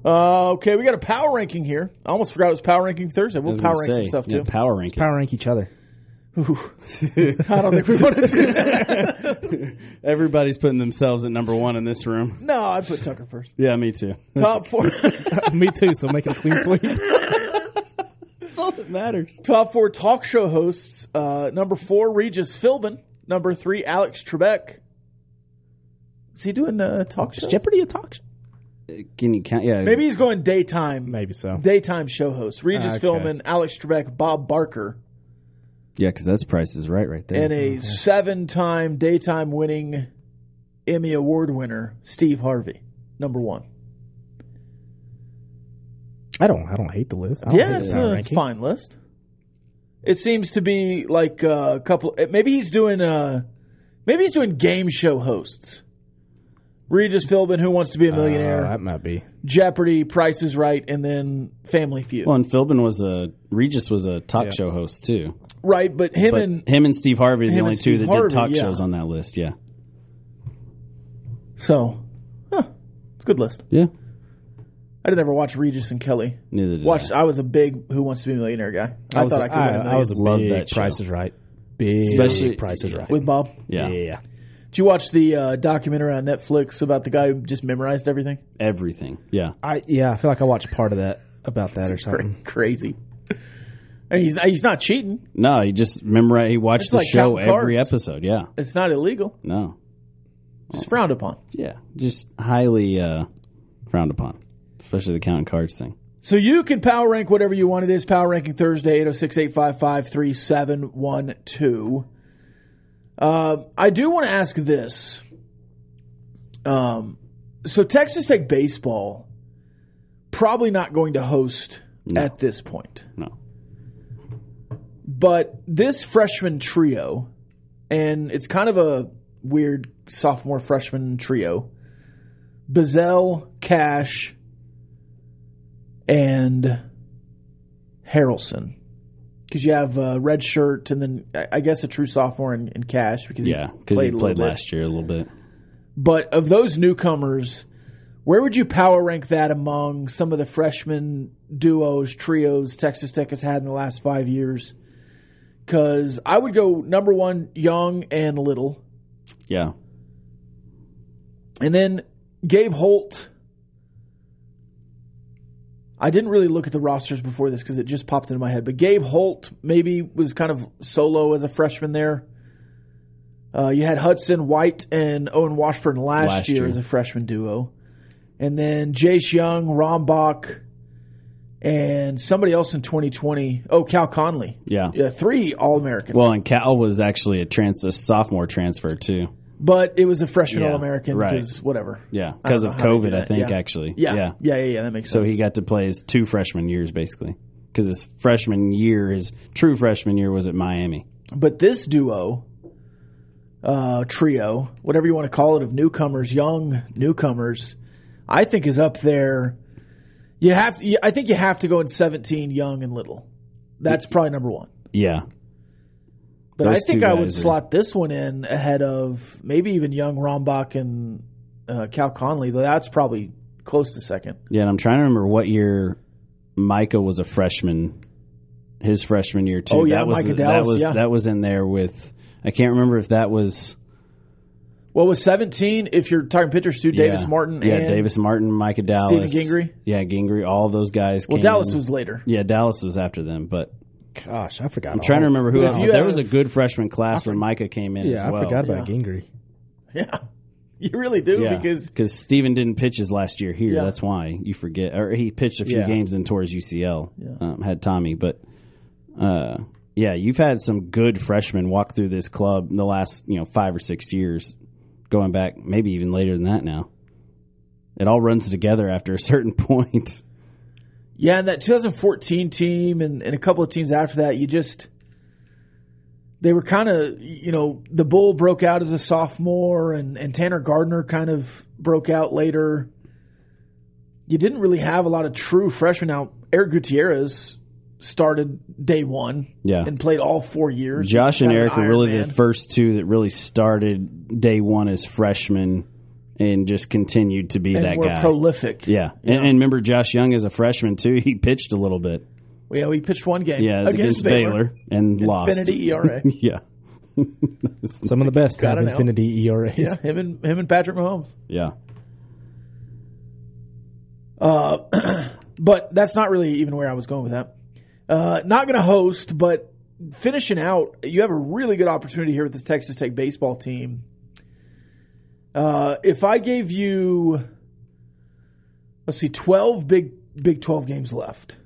Speaker 2: Uh, okay, we got a power ranking here. I almost forgot it was power ranking Thursday.
Speaker 4: I
Speaker 2: We'll
Speaker 4: was
Speaker 2: power
Speaker 4: gonna
Speaker 2: rank some
Speaker 4: say,
Speaker 2: stuff
Speaker 4: yeah,
Speaker 2: too.
Speaker 4: Power ranking.
Speaker 3: power rank each other.
Speaker 2: I don't think we want to do that.
Speaker 4: Everybody's putting themselves at number one in this room.
Speaker 2: No, I put Tucker first.
Speaker 4: Yeah, me too.
Speaker 2: Top four.
Speaker 3: Me too. So make it a clean sweep.
Speaker 4: That's all that matters.
Speaker 2: Top four talk show hosts. Uh, number four, Regis Philbin. Number three, Alex Trebek. Is he doing uh, talk shows?
Speaker 3: Jeopardy a talk show?
Speaker 4: Can you count? Yeah.
Speaker 2: Maybe he's going daytime.
Speaker 3: Maybe so.
Speaker 2: Daytime show hosts. Regis
Speaker 3: Okay.
Speaker 2: Philbin, Alex Trebek, Bob Barker.
Speaker 4: Yeah, because that's Price is Right right there.
Speaker 2: And
Speaker 3: Mm-hmm.
Speaker 2: a seven time daytime winning Emmy Award winner, Steve Harvey. Number one.
Speaker 3: I don't. I don't hate the list. I don't hate
Speaker 2: Yeah,
Speaker 3: the
Speaker 2: it's,
Speaker 3: power
Speaker 2: a, uh, it's a
Speaker 3: ranking.
Speaker 2: fine list. It seems to be like uh, a couple. eh, Maybe he's doing. Uh, maybe he's doing game show hosts. Regis Philbin, Who Wants to Be a Millionaire,
Speaker 3: Uh, that might be.
Speaker 2: Jeopardy, Price is Right, and then Family Feud.
Speaker 4: Well, and Philbin was a Regis was a talk
Speaker 3: Yeah.
Speaker 4: show host too.
Speaker 2: right, but him
Speaker 4: But
Speaker 2: and
Speaker 4: him and Steve Harvey are the
Speaker 2: him
Speaker 4: only
Speaker 2: and
Speaker 4: two
Speaker 2: Steve
Speaker 4: that
Speaker 2: Harvey,
Speaker 4: did talk
Speaker 2: yeah.
Speaker 4: shows on that list. Yeah.
Speaker 2: so, huh, it's a good list.
Speaker 4: Yeah.
Speaker 2: I didn't ever watch Regis and Kelly.
Speaker 4: Neither did
Speaker 2: Watched.
Speaker 4: I.
Speaker 2: I was a big Who Wants to Be a Millionaire guy. I,
Speaker 3: was
Speaker 2: thought
Speaker 3: a-
Speaker 2: I could win a
Speaker 3: I, I
Speaker 2: million
Speaker 3: was a
Speaker 4: Love
Speaker 3: big
Speaker 4: that show.
Speaker 3: Price is Right. Big
Speaker 4: Especially-
Speaker 3: Price is Right.
Speaker 2: with Bob.
Speaker 4: Yeah.
Speaker 2: Did you watch the uh, documentary on Netflix about the guy who just memorized everything?
Speaker 4: Everything. Yeah.
Speaker 3: I yeah. I feel like I watched part of that about that or
Speaker 2: Cra-
Speaker 3: something.
Speaker 2: crazy. And he's he's not cheating.
Speaker 4: No, he just memorize. He watched
Speaker 2: It's
Speaker 4: the
Speaker 2: like
Speaker 4: show
Speaker 2: counting
Speaker 4: every
Speaker 2: cards.
Speaker 4: episode. Yeah.
Speaker 2: It's not illegal.
Speaker 4: No.
Speaker 2: It's frowned upon.
Speaker 4: Yeah. Just highly uh, frowned upon, especially the counting cards thing.
Speaker 2: So you can power rank whatever you want. It is power ranking Thursday, 806-855-3712. Uh, I do want to ask this. Um, so Texas Tech baseball probably not going to host
Speaker 4: No.
Speaker 2: at this point.
Speaker 4: No.
Speaker 2: But this freshman trio, and it's kind of a weird sophomore freshman trio Bazell, Cash, and Harrelson. Because you have uh, red shirt, and then I- I guess a true sophomore in, in Cash because
Speaker 4: Yeah,
Speaker 2: he
Speaker 4: because
Speaker 2: played,
Speaker 4: he
Speaker 2: a little
Speaker 4: played
Speaker 2: bit.
Speaker 4: last year a little bit.
Speaker 2: But of those newcomers, where would you power rank that among some of the freshman duos, trios Texas Tech has had in the last five years? Because I would go number one, Young and Little,
Speaker 4: Yeah.
Speaker 2: and then Gabe Holt. I didn't really look at the rosters before this because it just popped into my head. But Gabe Holt maybe was kind of solo as a freshman there. Uh, you had Hudson White and Owen Washburn last,
Speaker 4: Last
Speaker 2: year,
Speaker 4: year.
Speaker 2: as a freshman duo, and then Jace Young, Rombach, and somebody else in 2020. Oh, Cal Conley.
Speaker 4: Yeah.
Speaker 2: Yeah, three All Americans.
Speaker 4: Well, and Cal was actually a trans a sophomore transfer too.
Speaker 2: but it was a freshman
Speaker 4: Yeah,
Speaker 2: All American
Speaker 4: right.
Speaker 2: because whatever.
Speaker 4: Yeah,
Speaker 2: I don't
Speaker 4: because of
Speaker 2: know how they do
Speaker 4: COVID, I
Speaker 2: that.
Speaker 4: think
Speaker 2: Yeah.
Speaker 4: actually.
Speaker 2: Yeah. yeah, yeah, yeah, That makes
Speaker 4: So
Speaker 2: sense.
Speaker 4: he got to play his two freshman years basically, because his freshman year, his true freshman year, was at Miami.
Speaker 2: But this duo uh, trio, whatever you want to call it, of newcomers, young newcomers, I think is up there. You have to, I think you have to go in 17, young and little. That's probably number one.
Speaker 4: Yeah.
Speaker 2: But
Speaker 4: Those
Speaker 2: I think
Speaker 4: two
Speaker 2: I would
Speaker 4: guys are-
Speaker 2: slot this one in ahead of maybe even young Rombach and uh, Cal Conley, though that's probably close to second.
Speaker 4: Yeah, and I'm trying to remember what year Micah was a freshman. His freshman year too.
Speaker 2: Oh, yeah,
Speaker 4: that was
Speaker 2: Micah
Speaker 4: the-
Speaker 2: Dallas,
Speaker 4: That was
Speaker 2: yeah.
Speaker 4: that was in there with. I can't remember if that was
Speaker 2: Well, with 17, if you're talking pitchers too, Davis
Speaker 4: yeah.
Speaker 2: Martin
Speaker 4: Yeah,
Speaker 2: and
Speaker 4: Davis Martin, Micah Dallas,
Speaker 2: Gingrey?
Speaker 4: Yeah, Gingrey. All those guys.
Speaker 2: Well,
Speaker 4: came
Speaker 2: Dallas
Speaker 4: in.
Speaker 2: was later.
Speaker 4: Yeah, Dallas was after them, but
Speaker 3: Gosh, I forgot.
Speaker 4: I'm trying to remember
Speaker 2: Oh.
Speaker 4: who
Speaker 2: But if
Speaker 4: else.
Speaker 2: you
Speaker 4: There
Speaker 2: ask-
Speaker 4: was a good freshman class when Micah came in
Speaker 3: Yeah,
Speaker 4: as well.
Speaker 3: I forgot about Gingrey.
Speaker 2: Yeah. You really do
Speaker 4: Yeah,
Speaker 2: because
Speaker 4: because Steven didn't pitch his last year here.
Speaker 2: Yeah.
Speaker 4: That's why you forget, or he pitched a few
Speaker 3: Yeah.
Speaker 4: games and towards UCL.
Speaker 2: Yeah.
Speaker 4: Um, had Tommy, but uh, yeah, you've had some good freshmen walk through this club in the last you know five or six years, going back maybe even later than that. Now it all runs together after a certain point.
Speaker 2: yeah, and that 2014 team and, and a couple of teams after that, you just they were kind of you know the bull broke out as a sophomore and and Tanner Gardner kind of broke out later. You didn't really have a lot of true freshmen. Now Eric Gutierrez started day one
Speaker 4: Yeah.
Speaker 2: and played all four years.
Speaker 4: Josh
Speaker 2: Kind of
Speaker 4: and
Speaker 2: an
Speaker 4: Eric were
Speaker 2: Iron
Speaker 4: really
Speaker 2: Man.
Speaker 4: the first two that really started day one as freshmen and just continued to be
Speaker 2: and
Speaker 4: that
Speaker 2: were
Speaker 4: guy.
Speaker 2: prolific.
Speaker 4: yeah. And, and remember Josh Young as a freshman too, he pitched a little bit.
Speaker 2: yeah, we pitched one game
Speaker 4: Yeah, against, Baylor, and lost.
Speaker 2: Infinity E ERA.
Speaker 4: Yeah.
Speaker 3: Some of the best
Speaker 2: Got it
Speaker 3: have
Speaker 2: now.
Speaker 3: infinity E ERAs.
Speaker 2: yeah, him and him and Patrick Mahomes.
Speaker 4: Yeah.
Speaker 2: Uh, but that's not really even where I was going with that. Uh, not going to host, but finishing out, you have a really good opportunity here with this Texas Tech baseball team. Uh, if I gave you, let's see, twelve big Big Twelve games left,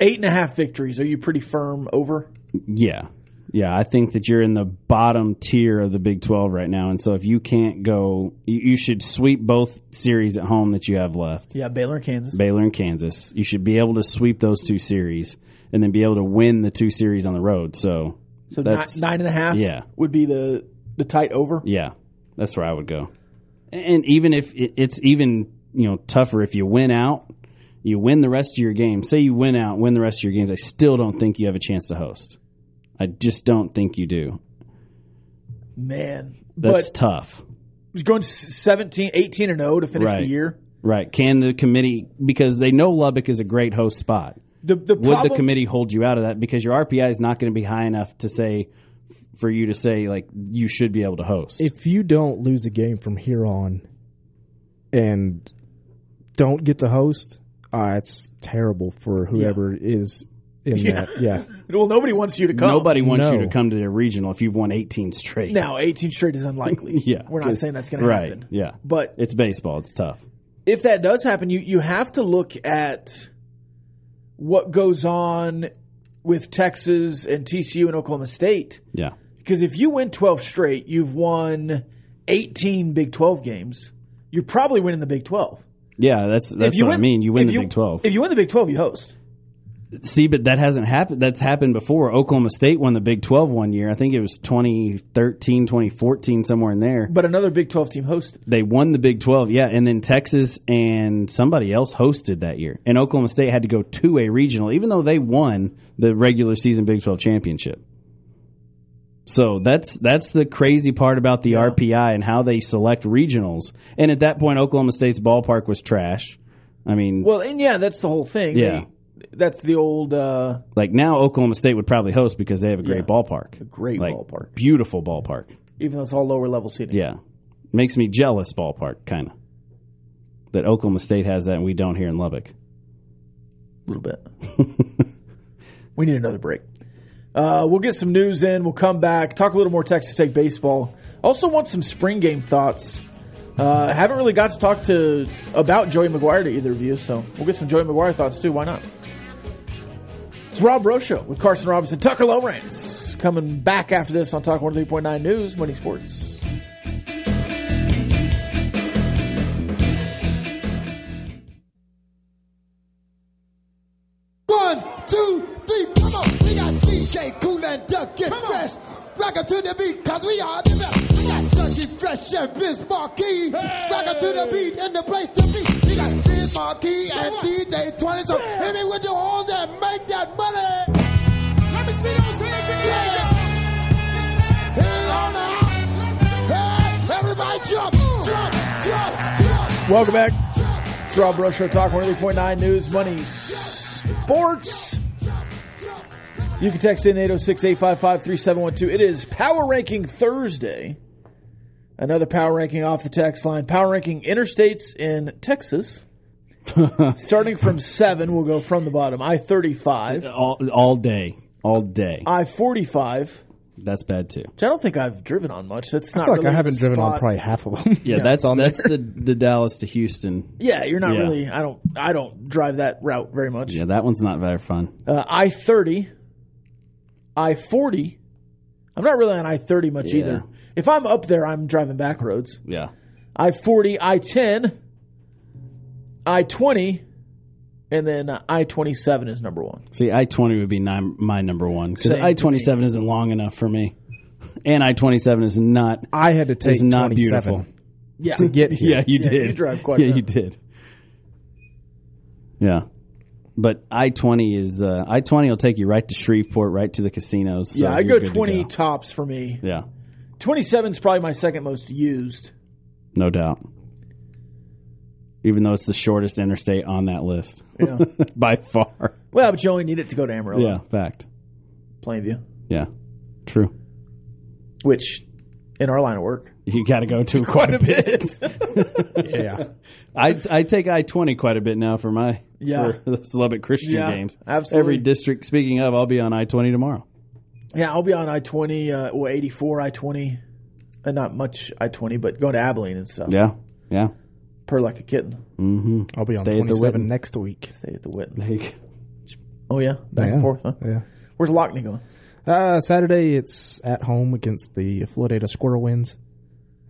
Speaker 2: eight and a half victories. Are you pretty firm over?
Speaker 4: Yeah. Yeah, I think that you're in the bottom tier of the Big 12 right now. And so if you can't go, you, you should sweep both series at home that you have left
Speaker 2: Yeah, Baylor and Kansas.
Speaker 4: Baylor and Kansas. You should be able to sweep those two series and then be able to win the two series on the road. So,
Speaker 2: So nine,
Speaker 4: that's-
Speaker 2: nine and a half.
Speaker 4: yeah.
Speaker 2: would be the the tight over.
Speaker 4: yeah, that's where I would go. And even if it, it's even, you know, tougher if you win out, you win the rest of your games. Say you win out, win the rest of your games. I still don't think you have a chance to host. I just don't think you do.
Speaker 2: Man,
Speaker 4: That's
Speaker 2: but
Speaker 4: tough.
Speaker 2: He's going 17, 18 and 0 to finish the
Speaker 4: Right.
Speaker 2: year.
Speaker 4: Right. Can the committee, because they know Lubbock is a great host spot,
Speaker 2: The, the
Speaker 4: would
Speaker 2: problem,
Speaker 4: the committee hold you out of that? Because your RPI is not going to be high enough to say, for you to say, like, you should be able to host.
Speaker 3: If you don't lose a game from here on, and don't get to host, uh, it's terrible for whoever is in that. Yeah,
Speaker 2: well, nobody wants you to come.
Speaker 4: Nobody wants you
Speaker 3: No.
Speaker 4: to come to their regional if you've won 18 straight.
Speaker 2: Now, 18 straight is unlikely.
Speaker 4: Yeah.
Speaker 2: We're not saying that's going to
Speaker 4: right.
Speaker 2: happen.
Speaker 4: Yeah.
Speaker 2: But
Speaker 4: It's baseball. It's tough.
Speaker 2: if that does happen, you, you have to look at what goes on with Texas and TCU and Oklahoma State.
Speaker 4: Yeah.
Speaker 2: Because if you win 12 straight, you've won 18 Big 12 games. You're probably winning the Big 12.
Speaker 4: Yeah, that's that's
Speaker 2: if you
Speaker 4: what
Speaker 2: win,
Speaker 4: I mean. You
Speaker 2: if
Speaker 4: win the Big 12.
Speaker 2: If you win the Big 12, you host.
Speaker 4: See, but that hasn't happened. That's happened before. Oklahoma State won the Big 12 one year. I think it was 2013, 2014, somewhere in there.
Speaker 2: But another Big 12 team hosted.
Speaker 4: They won the Big 12, yeah, and then Texas and somebody else hosted that year. And Oklahoma State had to go to a regional, even though they won the regular season Big 12 championship. So that's that's the crazy part about the RPI and how they select regionals. And at that point, Oklahoma State's ballpark was trash. I mean,
Speaker 2: Well, and yeah, that's the whole thing.
Speaker 4: Yeah.
Speaker 2: They- that's the old uh,
Speaker 4: like now Oklahoma State would probably host because they have a great
Speaker 2: Yeah.
Speaker 4: ballpark,
Speaker 2: great
Speaker 4: Like,
Speaker 2: ballpark,
Speaker 4: beautiful ballpark.
Speaker 2: even though it's all lower level seating.
Speaker 4: Yeah, makes me jealous. Ballpark kind of that Oklahoma State has that and we don't here in Lubbock.
Speaker 2: a little bit. we need another break. Uh, we'll get some news in. We'll come back, talk a little more Texas Tech baseball. Also, want some spring game thoughts. Uh, haven't really got to talk to about Joey McGuire to either of you, so we'll get some Joey McGuire thoughts too. Why not? It's Rob Rocha with Carson Robinson, Tucker Lowrance coming back after this on Talk 103.9 News, Money Sports.
Speaker 6: One, two, three, come on. We got DJ Cool and Duck. Get fresh. Rock it to the beat, cause we are the best. We got Chucky, Fresh Chef, Miss Marquis. Rock it to the beat, and the place to be. We got Miss Marquis and DJ 20. So hit me with the horns and make that money. Let me see those hands again. Hey, on out. Hey, everybody jump, jump, jump, jump.
Speaker 2: Welcome back. It's Rob Bro Show Talk 103.9 News Money Sports. You can text in 806 855 3712. It is Power Ranking Thursday. Another power ranking off the text line. Power ranking interstates in Texas. Starting from 7, we'll go from the bottom. I 35,
Speaker 4: all, all day, all day.
Speaker 2: I 45,
Speaker 4: That's bad too.
Speaker 2: which I don't think I've driven on much. That's not
Speaker 3: I feel like
Speaker 2: really
Speaker 3: I haven't
Speaker 2: the
Speaker 3: driven on
Speaker 2: spot.
Speaker 3: probably half of them.
Speaker 4: Yeah, that's that's the, the Dallas to Houston.
Speaker 2: Yeah, you're not
Speaker 4: Yeah.
Speaker 2: really. I don't. I don't drive that route very much.
Speaker 4: Yeah, that one's not very fun.
Speaker 2: Uh, I thirty, I forty. I'm not really on I thirty much
Speaker 4: Yeah.
Speaker 2: either. If I'm up there, I'm driving back roads.
Speaker 4: Yeah,
Speaker 2: I forty, I ten, I twenty, and then uh, I twenty seven is number one.
Speaker 4: see, I twenty would be nine, my number one because
Speaker 2: Same
Speaker 4: I twenty seven isn't long enough for me, and I twenty seven is not
Speaker 3: I had to take
Speaker 4: is not
Speaker 3: 27.
Speaker 4: beautiful.
Speaker 2: Yeah,
Speaker 3: to get here.
Speaker 4: Yeah, you
Speaker 2: Yeah,
Speaker 4: did.
Speaker 2: you drive quite a
Speaker 4: Yeah,
Speaker 2: bit.
Speaker 4: you did. Yeah, but I twenty is uh, I twenty will take you right to Shreveport, right to the casinos. so
Speaker 2: yeah, I
Speaker 4: you're
Speaker 2: go
Speaker 4: good to
Speaker 2: twenty
Speaker 4: go.
Speaker 2: tops for me.
Speaker 4: Yeah,
Speaker 2: Twenty seven is probably my second most used.
Speaker 4: no doubt. Even though it's the shortest interstate on that list
Speaker 2: Yeah. Oh,
Speaker 4: by far.
Speaker 2: well, but you only need it to go to Amarillo,
Speaker 4: Yeah, fact.
Speaker 2: Plainview,
Speaker 4: Yeah, true.
Speaker 2: which in our line of work,
Speaker 4: You got to go to quite a bit.
Speaker 3: Yeah.
Speaker 4: I I take I twenty quite a bit now for my
Speaker 2: Yeah.
Speaker 4: for those Lubbock Christian
Speaker 2: Yeah,
Speaker 4: games.
Speaker 2: absolutely.
Speaker 4: Every district. Speaking of, I'll be on I twenty tomorrow.
Speaker 2: Yeah, I'll be on I twenty, uh, well eighty four, I twenty, and not much I twenty, but going to Abilene and stuff.
Speaker 4: Yeah, yeah.
Speaker 2: purr like a kitten.
Speaker 4: Mm-hmm.
Speaker 3: I'll be on
Speaker 4: Stay at the
Speaker 3: 27
Speaker 4: Witten.
Speaker 3: next week.
Speaker 2: Stay at the Witten.
Speaker 4: Like
Speaker 2: Oh yeah, back
Speaker 3: yeah.
Speaker 2: and forth. Huh?
Speaker 3: Yeah.
Speaker 2: Where's Lockney going?
Speaker 3: Uh, Saturday it's at home against the Florida Squirrel Winds,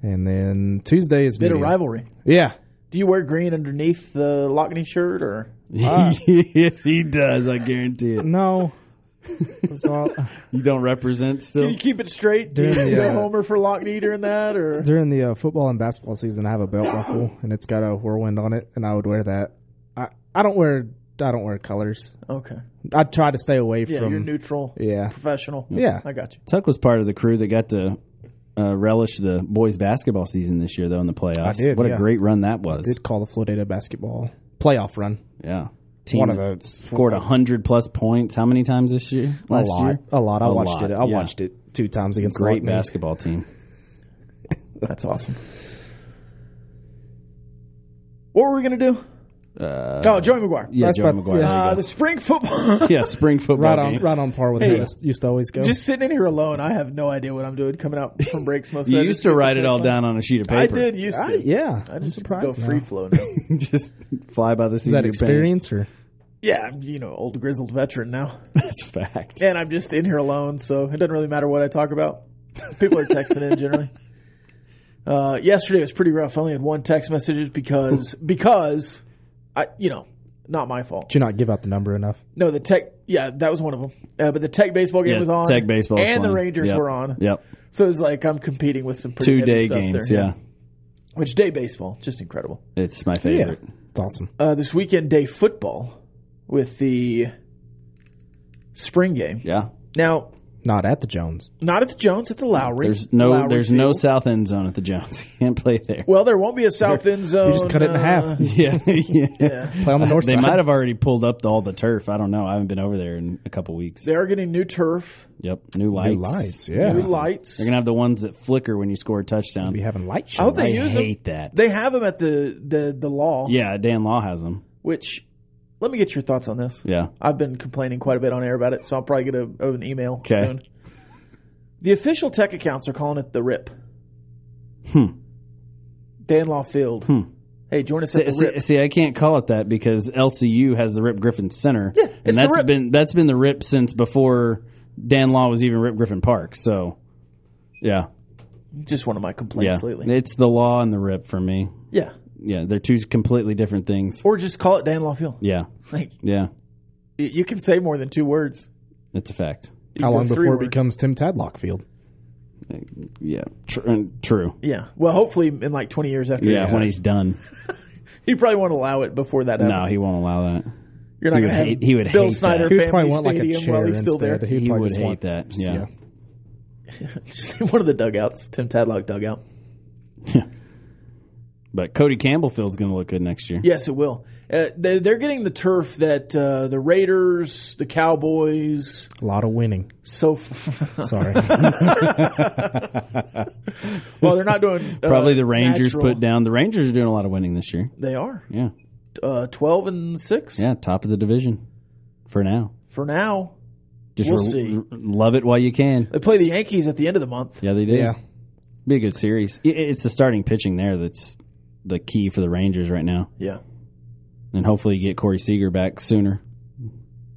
Speaker 3: and then Tuesday is
Speaker 2: Bit of
Speaker 3: Newton.
Speaker 2: rivalry.
Speaker 3: Yeah,
Speaker 2: Do you wear green underneath the Lockney shirt or?
Speaker 4: yes, he does. I guarantee it.
Speaker 3: no, it's all,
Speaker 4: You don't represent
Speaker 2: Do
Speaker 4: still.
Speaker 2: you keep it straight? Do you
Speaker 3: Dude,
Speaker 2: go
Speaker 4: uh,
Speaker 3: yeah.
Speaker 2: homer for Lockney during that or?
Speaker 3: during the uh, football and basketball season. I have a belt buckle and it's got a whirlwind on it, and I would wear that. I I don't wear I don't wear colors.
Speaker 2: Okay.
Speaker 3: I try to stay away
Speaker 2: Yeah,
Speaker 3: from.
Speaker 2: you're neutral,
Speaker 3: yeah,
Speaker 2: professional.
Speaker 3: Yeah.
Speaker 2: I got you.
Speaker 4: Tuck was part of the crew that got to uh, relish the boys basketball season this year, though in the playoffs.
Speaker 3: I did,
Speaker 4: What
Speaker 3: yeah.
Speaker 4: a great run that was.
Speaker 3: did call the Florida basketball playoff run.
Speaker 4: Yeah. Team
Speaker 3: One of
Speaker 4: that
Speaker 3: those.
Speaker 4: scored hundred plus points. How many times this year? Last
Speaker 3: a lot,
Speaker 4: year?
Speaker 3: a lot. I
Speaker 4: A
Speaker 3: watched
Speaker 4: lot,
Speaker 3: it. I
Speaker 4: yeah.
Speaker 3: watched it two times against
Speaker 4: Great
Speaker 3: Lockney.
Speaker 4: basketball team.
Speaker 2: That's awesome. What were we gonna do?
Speaker 4: Uh,
Speaker 2: Oh, Joey McGuire.
Speaker 4: yeah,
Speaker 3: That's
Speaker 4: Joey
Speaker 3: about-
Speaker 4: McGuire.
Speaker 3: yeah.
Speaker 4: There
Speaker 2: Uh,
Speaker 4: you
Speaker 2: the spring football.
Speaker 4: go. yeah, spring football.
Speaker 3: Right on,
Speaker 4: game.
Speaker 3: right on par with
Speaker 4: Hey.
Speaker 3: how I used to always go.
Speaker 2: Just sitting in here alone, I have no idea what I'm doing coming out from breaks most
Speaker 4: You
Speaker 2: of the
Speaker 4: used to write it all down on a sheet of paper.
Speaker 2: I did used to.
Speaker 3: I, yeah,
Speaker 2: I just
Speaker 3: surprised
Speaker 2: go
Speaker 3: now.
Speaker 2: free flow now.
Speaker 4: Just fly by the seat
Speaker 3: Is that
Speaker 4: of your pants.
Speaker 3: experience or
Speaker 2: yeah, I'm, you know, old grizzled veteran now.
Speaker 4: That's fact.
Speaker 2: And I'm just in here alone, so it doesn't really matter what I talk about. People are texting in generally. Uh, yesterday was pretty rough. I only had one text message because because I you know, not my fault.
Speaker 3: did you not give out the number enough?
Speaker 2: No, the tech yeah, that was one of them. Uh, but the tech baseball game
Speaker 4: Yeah,
Speaker 2: was on.
Speaker 4: Tech baseball was
Speaker 2: and the
Speaker 4: playing.
Speaker 2: Rangers
Speaker 4: Yep.
Speaker 2: were on.
Speaker 4: Yep.
Speaker 2: So it was like I'm competing with some pretty
Speaker 4: Two
Speaker 2: heavy
Speaker 4: day
Speaker 2: stuff
Speaker 4: games.
Speaker 2: there.
Speaker 4: yeah.
Speaker 2: Which day baseball, just incredible.
Speaker 4: It's my favorite.
Speaker 3: It's awesome.
Speaker 2: uh, this weekend day football with the spring game.
Speaker 4: Yeah.
Speaker 2: Now,
Speaker 3: Not at the Jones.
Speaker 2: not at the Jones, at the Lowry.
Speaker 4: There's no
Speaker 2: Lowry
Speaker 4: there's no
Speaker 2: Field.
Speaker 4: south end zone at the Jones. Can't play there.
Speaker 2: Well, there won't be a south end zone.
Speaker 3: You just cut it in
Speaker 2: uh,
Speaker 3: half.
Speaker 4: Yeah. yeah.
Speaker 3: Play on the north
Speaker 4: They
Speaker 3: side.
Speaker 4: might have already pulled up the, all the turf. I don't know. I haven't been over there in a couple weeks.
Speaker 2: They are getting new turf,
Speaker 4: Yep. New lights.
Speaker 3: New lights. Yeah,
Speaker 2: new lights.
Speaker 4: Uh, They're gonna have the ones that flicker when you score a touchdown.
Speaker 3: be having light
Speaker 2: I
Speaker 3: show.
Speaker 2: hope they
Speaker 4: I
Speaker 2: use
Speaker 4: hate
Speaker 2: them.
Speaker 4: that.
Speaker 2: They have them at the the the law.
Speaker 4: Yeah, Dan Law has them.
Speaker 2: Which, let me get your thoughts on this.
Speaker 4: Yeah.
Speaker 2: I've been complaining quite a bit on air about it, so I'll probably get a, an email
Speaker 4: Okay.
Speaker 2: soon. The official tech accounts are calling it the RIP.
Speaker 4: Hmm.
Speaker 2: Dan Law Field.
Speaker 4: Hmm.
Speaker 2: Hey, join us at
Speaker 4: See,
Speaker 2: the RIP.
Speaker 4: see, see, I can't call it that because LCU has the Rip Griffin Center, yeah,
Speaker 2: it's
Speaker 4: and
Speaker 2: the
Speaker 4: that's
Speaker 2: Rip.
Speaker 4: been that's been the Rip since before Dan Law was even Rip Griffin Park. So, yeah,
Speaker 2: Just one of my
Speaker 4: yeah,
Speaker 2: complaints lately.
Speaker 4: it's the Law and the Rip for me.
Speaker 2: Yeah.
Speaker 4: Yeah, they're two completely different things.
Speaker 2: Or just call it Dan Lawfield.
Speaker 4: Yeah,
Speaker 2: Like
Speaker 4: yeah,
Speaker 2: y- you can say more than two words.
Speaker 4: it's a fact.
Speaker 2: You
Speaker 3: How
Speaker 2: can
Speaker 3: long
Speaker 2: go three
Speaker 3: before it
Speaker 2: words.
Speaker 3: becomes Tim Tadlock Field?
Speaker 4: Uh, Yeah, tr- and true.
Speaker 2: Yeah. Well, hopefully in like 20 years after.
Speaker 4: Yeah,
Speaker 2: he-
Speaker 4: when he's done.
Speaker 2: He probably won't allow it before that happens.
Speaker 4: No, he won't allow that.
Speaker 2: You're not
Speaker 4: he
Speaker 2: going to
Speaker 4: would
Speaker 2: have
Speaker 4: hate- he would
Speaker 2: Bill
Speaker 4: hate that.
Speaker 2: Snyder
Speaker 3: He would
Speaker 2: family
Speaker 3: probably want like a
Speaker 2: stadium while
Speaker 3: chair
Speaker 2: he's still
Speaker 3: instead.
Speaker 2: there.
Speaker 4: He
Speaker 3: probably
Speaker 4: would
Speaker 3: just
Speaker 4: hate
Speaker 3: want-
Speaker 4: that,
Speaker 3: just,
Speaker 4: yeah.
Speaker 2: Just in one of the dugouts, Tim Tadlock dugout.
Speaker 4: But Cody Campbellfield's going to look good next year.
Speaker 2: Yes, it will. Uh, they, they're getting the turf that uh, the Raiders, the Cowboys,
Speaker 3: A lot of winning.
Speaker 2: so f-
Speaker 3: Sorry.
Speaker 2: well they're not doing uh,
Speaker 4: Probably the Rangers
Speaker 2: natural.
Speaker 4: put down. The Rangers are doing a lot of winning this year.
Speaker 2: They are
Speaker 4: Yeah,
Speaker 2: uh, twelve and six
Speaker 4: yeah, top of the division for now.
Speaker 2: for now.
Speaker 4: Just
Speaker 2: We'll
Speaker 4: re-
Speaker 2: see.
Speaker 4: r- love it while you can.
Speaker 2: They play the Yankees at the end of the month.
Speaker 4: Yeah, they do.
Speaker 3: yeah.
Speaker 4: Be a good series. I- It's the starting pitching there that's the key for the Rangers right now,
Speaker 2: Yeah,
Speaker 4: and hopefully you get Corey Seager back sooner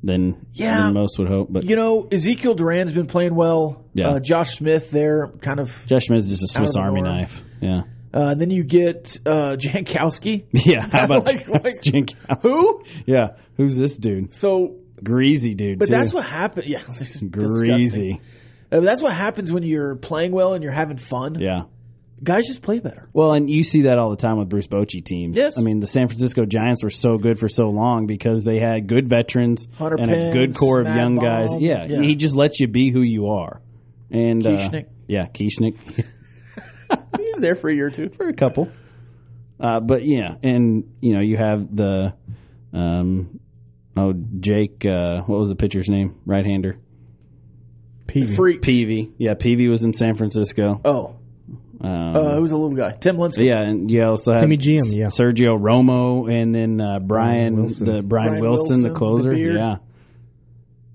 Speaker 4: than,
Speaker 2: Yeah.
Speaker 4: than most would hope. But
Speaker 2: you know Ezekiel Duran's been playing well.
Speaker 4: Yeah.
Speaker 2: Uh, Josh Smith there, kind of.
Speaker 4: Josh Smith is just a
Speaker 2: Out of
Speaker 4: Swiss
Speaker 2: the
Speaker 4: Army
Speaker 2: norm.
Speaker 4: knife. Yeah,
Speaker 2: Uh, then you get uh, Jankowski.
Speaker 4: yeah. How about
Speaker 2: Like- like-
Speaker 4: Jenkins?
Speaker 2: Who?
Speaker 4: Yeah, who's this dude?
Speaker 2: So,
Speaker 4: Greasy dude.
Speaker 2: but
Speaker 4: too.
Speaker 2: that's what happened. Yeah, this is disgusting.
Speaker 4: greasy.
Speaker 2: Uh, that's what happens when you're playing well and you're having fun.
Speaker 4: Yeah.
Speaker 2: Guys just play better.
Speaker 4: Well, and you see that all the time with Bruce Bochy teams.
Speaker 2: Yes.
Speaker 4: I mean, the San Francisco Giants were so good for so long because they had good veterans
Speaker 2: Hunter
Speaker 4: and a
Speaker 2: Pence,
Speaker 4: good core of
Speaker 2: Matt
Speaker 4: young
Speaker 2: Baum.
Speaker 4: guys. Yeah,
Speaker 2: Yeah.
Speaker 4: He just lets you be who you are. And uh,
Speaker 2: Kieschnick.
Speaker 4: yeah, Kieschnick.
Speaker 2: He's there for a year or two.
Speaker 4: for a couple. Uh, but yeah, and you know you have the, um, oh Jake, uh, what was the pitcher's name? Right hander.
Speaker 3: Peavy.
Speaker 2: Freak.
Speaker 4: Peavy. Yeah, Peavy was in San Francisco.
Speaker 2: Oh,
Speaker 4: Um,
Speaker 2: uh, who's a little guy? Tim Lincecum.
Speaker 4: yeah, and you also have
Speaker 3: Timmy G M, yeah.
Speaker 4: Sergio Romo, and then uh, Brian
Speaker 3: Wilson.
Speaker 4: the Brian,
Speaker 2: Brian
Speaker 4: Wilson,
Speaker 2: Wilson,
Speaker 4: the closer.
Speaker 2: the beard.
Speaker 4: yeah,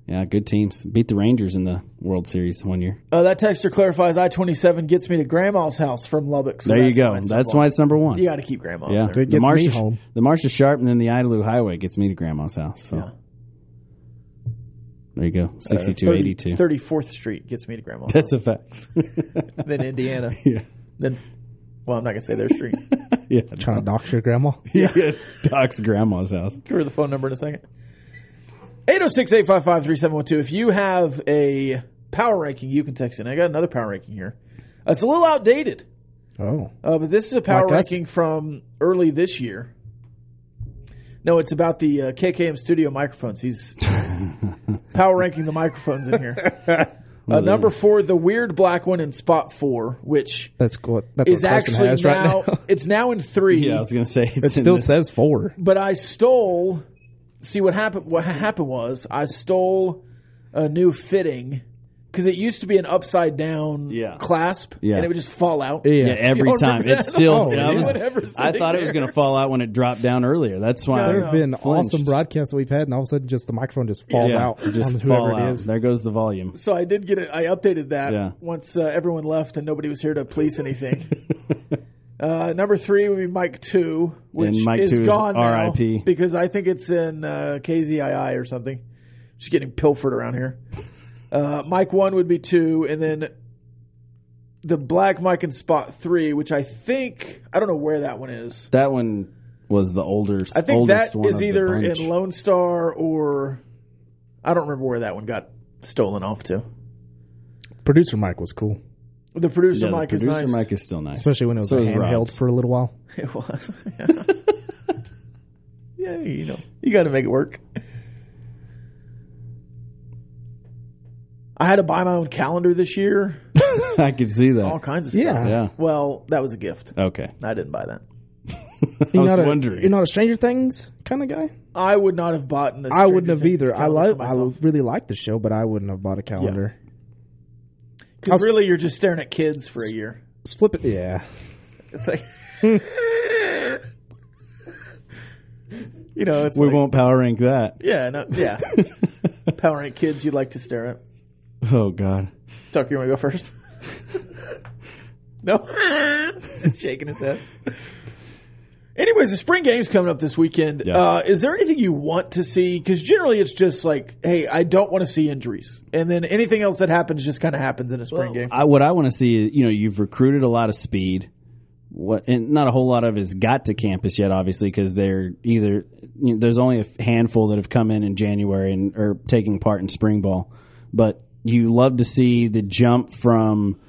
Speaker 4: yeah, good teams. Beat the Rangers in the World Series one year.
Speaker 2: Uh, that texture clarifies I twenty seven gets me to Grandma's house from Lubbock. So
Speaker 4: there you
Speaker 2: that's
Speaker 4: go.
Speaker 2: it's
Speaker 4: That's
Speaker 2: so
Speaker 4: why
Speaker 2: fun.
Speaker 4: it's number one.
Speaker 2: you got to keep Grandma.
Speaker 4: yeah.
Speaker 2: up there.
Speaker 3: It gets me
Speaker 4: Marcia-
Speaker 3: home.
Speaker 4: The Marcia Sharp, and then the Idaloo Highway gets me to Grandma's house. So.
Speaker 2: Yeah.
Speaker 4: There you go.
Speaker 2: Uh,
Speaker 4: 62, 82.
Speaker 2: Thirty fourth Street gets me to Grandma's.
Speaker 4: That's a fact.
Speaker 2: house. then Indiana.
Speaker 4: yeah.
Speaker 2: Then, well, I'm not gonna say their street.
Speaker 4: Yeah.
Speaker 3: Trying to dox your grandma.
Speaker 4: yeah. Doc's grandma's house.
Speaker 2: Give her the phone number in a second. 806-855-3712. If you have a power ranking, you can text in. I got another power ranking here. It's a little outdated,
Speaker 3: Oh.
Speaker 2: uh, but this is a power
Speaker 3: Like us?
Speaker 2: ranking from early this year. No, it's about the uh, KKM studio microphones. He's power ranking the microphones in here. Uh, number four, the weird black one in spot four, which
Speaker 3: That's what that's
Speaker 2: is
Speaker 3: what Carson
Speaker 2: actually
Speaker 3: has right
Speaker 2: now,
Speaker 3: now.
Speaker 2: it's now in three
Speaker 4: Yeah, I was going to say. It's
Speaker 3: it
Speaker 4: in
Speaker 3: still
Speaker 4: this-
Speaker 3: says four.
Speaker 2: but I stole. See what happened? What happened was I stole a new fitting because it used to be an upside down
Speaker 4: Yeah.
Speaker 2: clasp,
Speaker 4: Yeah.
Speaker 2: and it would just fall out.
Speaker 4: Yeah, every
Speaker 2: You don't
Speaker 4: time.
Speaker 2: remember
Speaker 4: It's
Speaker 2: that?
Speaker 4: still.
Speaker 2: Oh,
Speaker 4: I,
Speaker 2: yeah.
Speaker 4: was-
Speaker 2: Whatever's
Speaker 4: I thought it
Speaker 2: sitting
Speaker 4: was
Speaker 2: there.
Speaker 4: going to fall out when it dropped down earlier. That's why.
Speaker 2: Yeah,
Speaker 4: I
Speaker 2: I
Speaker 3: There have been
Speaker 4: flinched.
Speaker 3: awesome broadcasts that we've had, and all of a sudden, just the microphone just falls
Speaker 4: Yeah,
Speaker 3: out
Speaker 4: it
Speaker 3: on
Speaker 4: just
Speaker 3: whoever
Speaker 4: fall
Speaker 3: it
Speaker 4: out.
Speaker 3: is.
Speaker 4: There goes the volume.
Speaker 2: So I did get it. I updated that
Speaker 4: Yeah.
Speaker 2: once uh, everyone left and nobody was here to police anything. uh, number three would be Mike Two, which
Speaker 4: And Mike
Speaker 2: is
Speaker 4: 2 is
Speaker 2: gone now
Speaker 4: RIP.
Speaker 2: because I think it's in uh, KZII or something. It's getting pilfered around here. Uh, Mike One would be two, and then the Black Mike and Spot Three, which I think I don't know where that one is.
Speaker 4: That one was the older.
Speaker 2: I think
Speaker 4: oldest
Speaker 2: that
Speaker 4: one of
Speaker 2: is
Speaker 4: the
Speaker 2: either
Speaker 4: bunch.
Speaker 2: in Lone Star or I don't remember where that one got stolen off to.
Speaker 3: Producer Mike was cool,
Speaker 2: The producer
Speaker 4: Yeah, the
Speaker 2: mic
Speaker 4: producer
Speaker 2: is nice.
Speaker 4: mic is still nice,
Speaker 3: especially when it was
Speaker 4: So
Speaker 3: a
Speaker 4: is
Speaker 3: handheld
Speaker 4: Rob's.
Speaker 3: for a little while.
Speaker 2: It was. Yeah. yeah, you know, you got to make it work. I had to buy my own calendar this year.
Speaker 4: I could see that.
Speaker 2: All kinds of stuff.
Speaker 3: Yeah.
Speaker 4: Yeah.
Speaker 2: Well, that was a gift.
Speaker 4: Okay.
Speaker 2: I didn't buy that.
Speaker 4: I
Speaker 3: You're
Speaker 4: was
Speaker 3: not a,
Speaker 4: wondering.
Speaker 3: You're not a Stranger Things kind of guy.
Speaker 2: I would not have bought. This
Speaker 3: I wouldn't have either. I love. I
Speaker 2: Because
Speaker 3: really like the show, but I wouldn't have bought a calendar. I was-
Speaker 2: really, you're just staring at kids for a year.
Speaker 3: Just flip it. Yeah.
Speaker 2: It's like, you know, it's
Speaker 4: we
Speaker 2: like-
Speaker 4: won't power rank that.
Speaker 2: Yeah, no, yeah. Power at kids you'd like to stare at.
Speaker 4: Oh God.
Speaker 2: Tucker, you want to go first? no, shaking his head. Anyways, the spring game's coming up this weekend.
Speaker 4: Yeah.
Speaker 2: Uh, is there anything you want to see? Because generally, it's just like, hey, I don't want to see injuries, and then anything else that happens just kind of happens in a spring game.
Speaker 4: I, what I want to see is, you know, you've recruited a lot of speed. What and not a whole lot of has got to campus yet, obviously, because they're either you know, there's only a handful that have come in in January and are taking part in spring ball. But you love to see the jump from